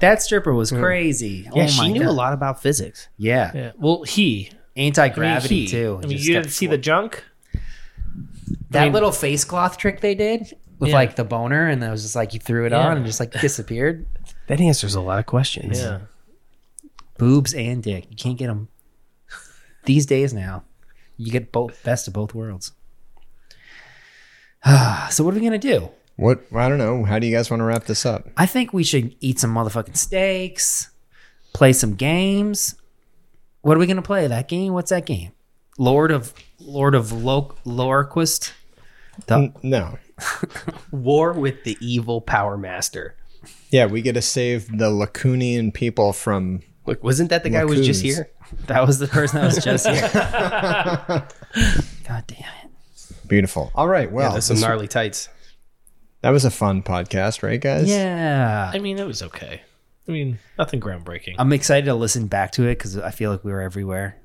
A: That stripper was
B: Hmm.
A: crazy.
D: Yeah,
A: oh my
D: she knew
A: God.
D: a lot about physics.
A: Yeah,
B: Yeah. Well, he.
A: anti
B: I mean,
A: gravity
B: he.
A: too.
B: I mean,
A: Just
B: you
A: got
B: didn't see the junk.
A: That
B: I mean-
A: little face cloth trick they did with
B: Yeah.
A: like the boner, and that was just like you threw it
B: Yeah.
A: on and just like disappeared.
D: That answers a lot of questions.
B: Yeah.
A: boobs and dick. You can't get them these days now. You get both best of both worlds. so what are we gonna do?
C: What? I don't know. How do you guys want to wrap this up?
A: I think we should eat some motherfucking steaks, play some games. What are we gonna play? That game? What's that game? Lord of Lord of Lo- Lorquist.
C: N- No.
D: War with the evil power master.
C: Yeah, we get to save the Lacunian people from.
D: Look, wasn't that the guy who was just
C: Raccoons.
D: here?
A: That was the person that was just here. God damn it.
C: Beautiful. All right. Well,
D: That's some
C: this-
D: gnarly tights.
C: that was a fun podcast, right, guys?
A: Yeah.
B: I mean, it was okay. I mean, nothing groundbreaking.
A: I'm excited to listen back to it because I feel like we were everywhere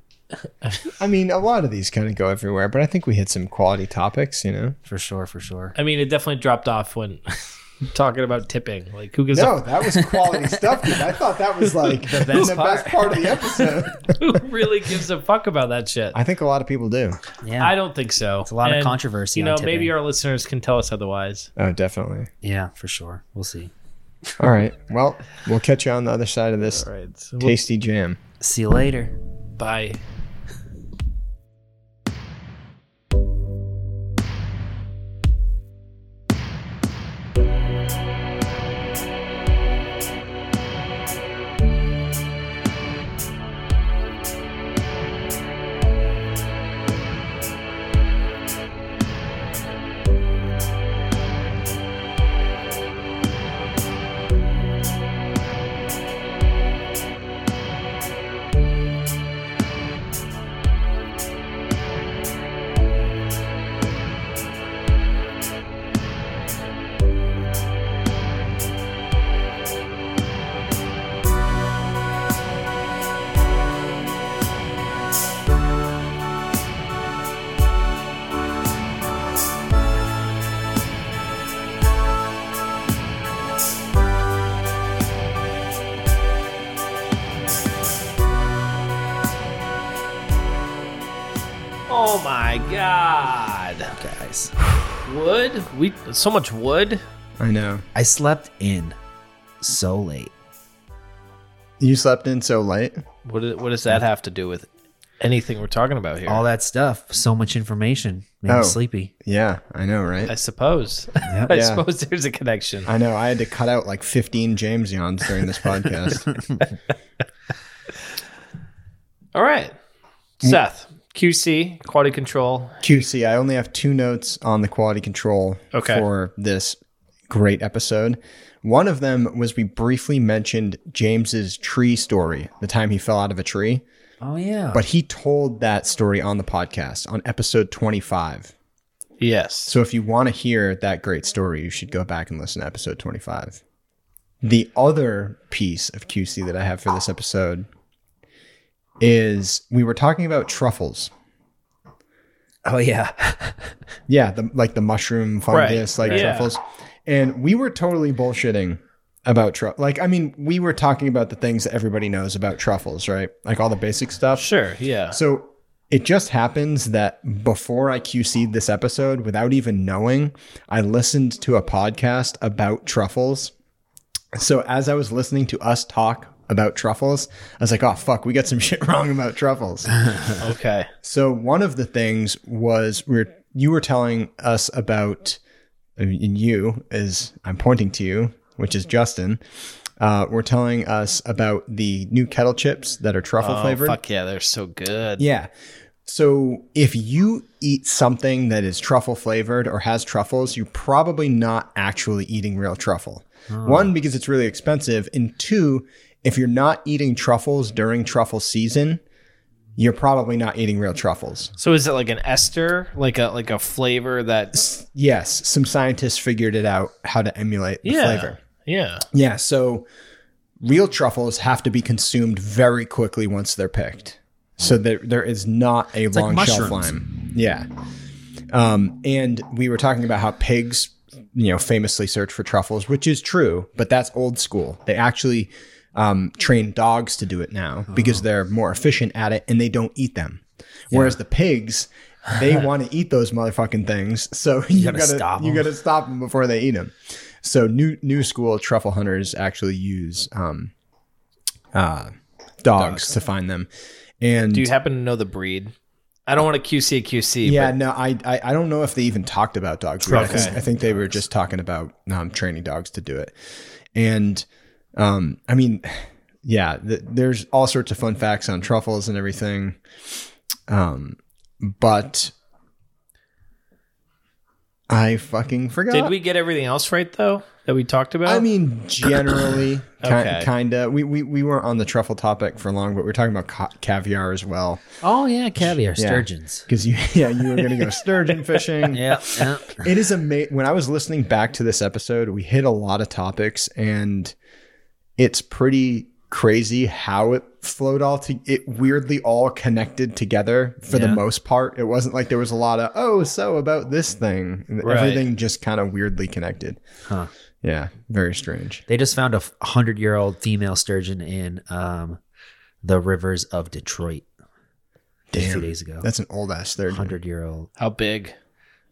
C: I mean, a lot of these kind of go everywhere, but I think we hit some quality topics, you know?
A: for sure. For sure.
B: I mean, it definitely dropped off when talking about tipping. Like, who gives a
C: that was quality stuff. Dude. I thought that was like the
A: best part.
C: part of the episode.
B: who really gives a fuck about that shit?
C: I think a lot of people do.
A: Yeah.
B: I don't think so. It's
A: a lot of controversy
B: You
A: on
B: know, maybe
A: tipping.
B: our listeners can tell us otherwise.
C: Oh, definitely.
A: yeah. For sure. We'll see.
C: All right. Well, we'll catch you on the other side of this
B: All right. So we'll,
C: tasty jam.
A: See you later.
B: bye. Oh my god, guys! Wood, we so much wood.
C: I know.
A: I slept in so late.
C: You slept in so late.
B: What do- what does that have to do with anything we're talking about here?
A: All that stuff. So much information. Made
C: Oh.
A: me sleepy.
C: Yeah, I know,
B: I
C: right?
B: suppose. I
C: Yeah.
B: suppose there's a connection.
C: I know. I had to cut out like 15 James yawns during this podcast.
B: All right,
A: Mm.
B: Seth, QC, quality control.
C: QC, I only have two notes on the quality control
B: Okay.
C: for this great episode. One of them was we briefly mentioned James's tree story, the time he fell out of a tree,
A: Oh yeah.
C: but he told that story on the podcast on episode 25.
B: Yes.
C: So if you want to hear that great story, you should go back and listen to episode 25. The other piece of QC that I have for this episode is we were talking about truffles.
A: oh yeah.
C: Yeah, the, like the mushroom fungus, like
B: right. Yeah.
C: truffles. And we were totally bullshitting about truffles. Like, I mean, we were talking about the things that everybody knows about truffles, right? Like all the basic stuff.
B: Sure. Yeah.
C: So it just happens that before I QC'd this episode, without even knowing, I listened to a podcast about truffles. So as I was listening to us talk about truffles, I was like, oh, fuck, we got some shit wrong about truffles.
B: Okay.
C: So one of the things was we were, you were telling us about, uh, and you is I'm pointing to you, which is Justin. Uh, were telling us about the new kettle chips that are truffle flavored.
B: Fuck yeah, they're so good.
C: Yeah. So if you eat something that is truffle flavored or has truffles, you're probably not actually eating real truffle. One, because it's really expensive. And two, if you're not eating truffles during truffle season, you're probably not eating real truffles.
B: So is it like an ester, like a like a flavor that?
C: Yes, some scientists figured it out how to emulate the
B: Yeah.
C: flavor.
B: Yeah.
C: Yeah, so real truffles have to be consumed very quickly once they're picked. So there, there is not a long shelf
A: mushrooms.
C: lime. Yeah. Um, and we were talking about how pigs, you know, famously search for truffles, which is true, but that's old school. They actually um, train dogs to do it now because they're more efficient at it and they don't eat them. Whereas the pigs, they want to eat those motherfucking things. So you,
A: gotta
C: gotta,
A: stop 'em.
C: you gotta stop them before they eat them. So new new school truffle hunters actually use um, uh, dogs, to find them. And
B: Do you happen to know the breed? I don't want to QC QC.
C: yeah,
B: but
C: no, I, I I don't know if they even talked about dogs. I
B: Okay.
C: think- I think they were just talking about um, training dogs to do it. And um, I mean, yeah, th- there's all sorts of fun facts on truffles and everything. Um, but I fucking forgot.
B: did we get everything else right though that we talked about?
C: I mean, generally,
B: Okay.
C: ki- kinda. We, we we weren't on the truffle topic for long, but we we're talking about ca- caviar as well.
A: Oh yeah, caviar sturgeons.
C: Because you, yeah, you were gonna go sturgeon fishing.
A: Yeah. yeah.
C: It is amazing. When I was listening back to this episode, we hit a lot of topics, and it's pretty crazy how it flowed all to it weirdly all connected together for the most part it wasn't like there was a lot of oh so about this thing everything just kind of weirdly connected
A: Huh.
C: yeah very strange
A: They just found a hundred year old female sturgeon in um, the rivers of Detroit. just
C: Damn.
A: Two days ago.
C: that's an old ass there
A: hundred year old.
B: How big?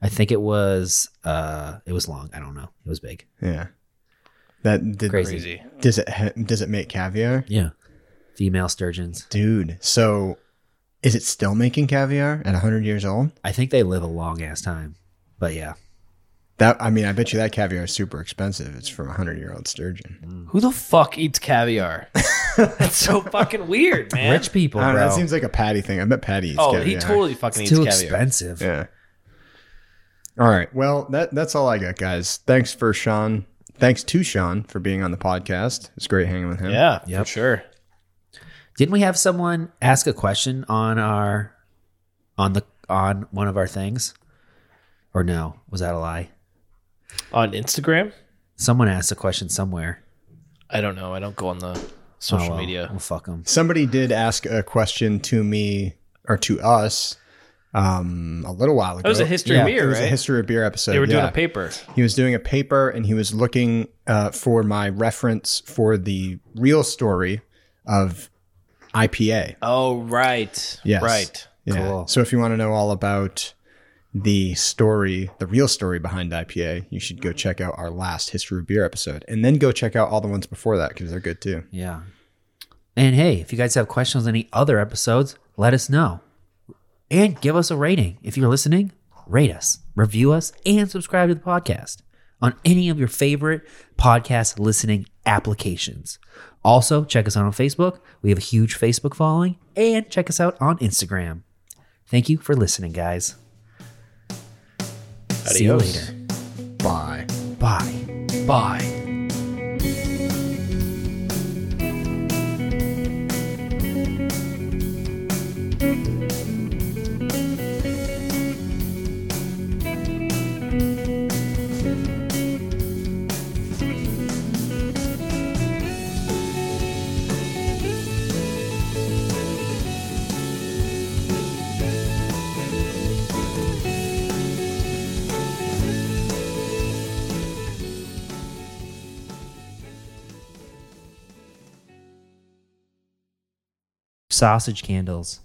A: I think it was. Uh, it was long. I don't know. It was big.
C: yeah that did,
A: Crazy.
B: Crazy.
C: does it ha- does it make caviar
A: Yeah. Female sturgeons.
C: dude so is it still making caviar at 100 years old
A: I think they live a long ass time. But yeah.
C: That I mean, I bet you that caviar is super expensive. It's from a hundred year old sturgeon.
B: Who the fuck eats caviar? That's so fucking weird, man.
A: Rich people,
C: I don't know,
A: bro.
C: that seems like a Patty thing. I bet Patty eats
B: oh,
C: caviar.
B: he totally fucking
A: it's
B: eats
A: too
B: caviar.
A: expensive.
C: Yeah. All right. Well, that that's all I got, guys. Thanks for Sean. Thanks to Sean for being on the podcast. It's great hanging with him.
B: Yeah, yeah,
A: Yep.
B: for sure.
A: Didn't we have someone ask a question on our on the on one of our things? Or no? Was that a lie?
B: On Instagram,
A: Someone asked a question somewhere.
B: I don't know. I don't go on the
A: Oh,
B: social
A: well.
B: media.
A: Well, fuck them.
C: Somebody did ask a question to me or to us um, a little while ago.
B: was a history of beer,
C: It was a
B: right?
C: history of beer episode.
B: They were doing
C: yeah.
B: a paper.
C: He was doing a paper and he was looking uh, for my reference for the real story of IPA.
B: Oh, right.
C: Yes.
B: Right.
C: Yeah.
A: Cool.
C: So if you want to know all about the story, the real story behind IPA, you should go check out our last History of Beer episode and then go check out all the ones before that because they're good too.
A: Yeah. And hey, if you guys have questions on any other episodes, let us know. And give us a rating. If you're listening, rate us, review us, and subscribe to the podcast on any of your favorite podcast listening applications. Also, check us out on Facebook. We have a huge Facebook following, and check us out on Instagram. Thank you for listening, guys. See you
B: Adios.
A: later.
C: Bye.
A: Bye.
B: Bye.
A: Sausage candles.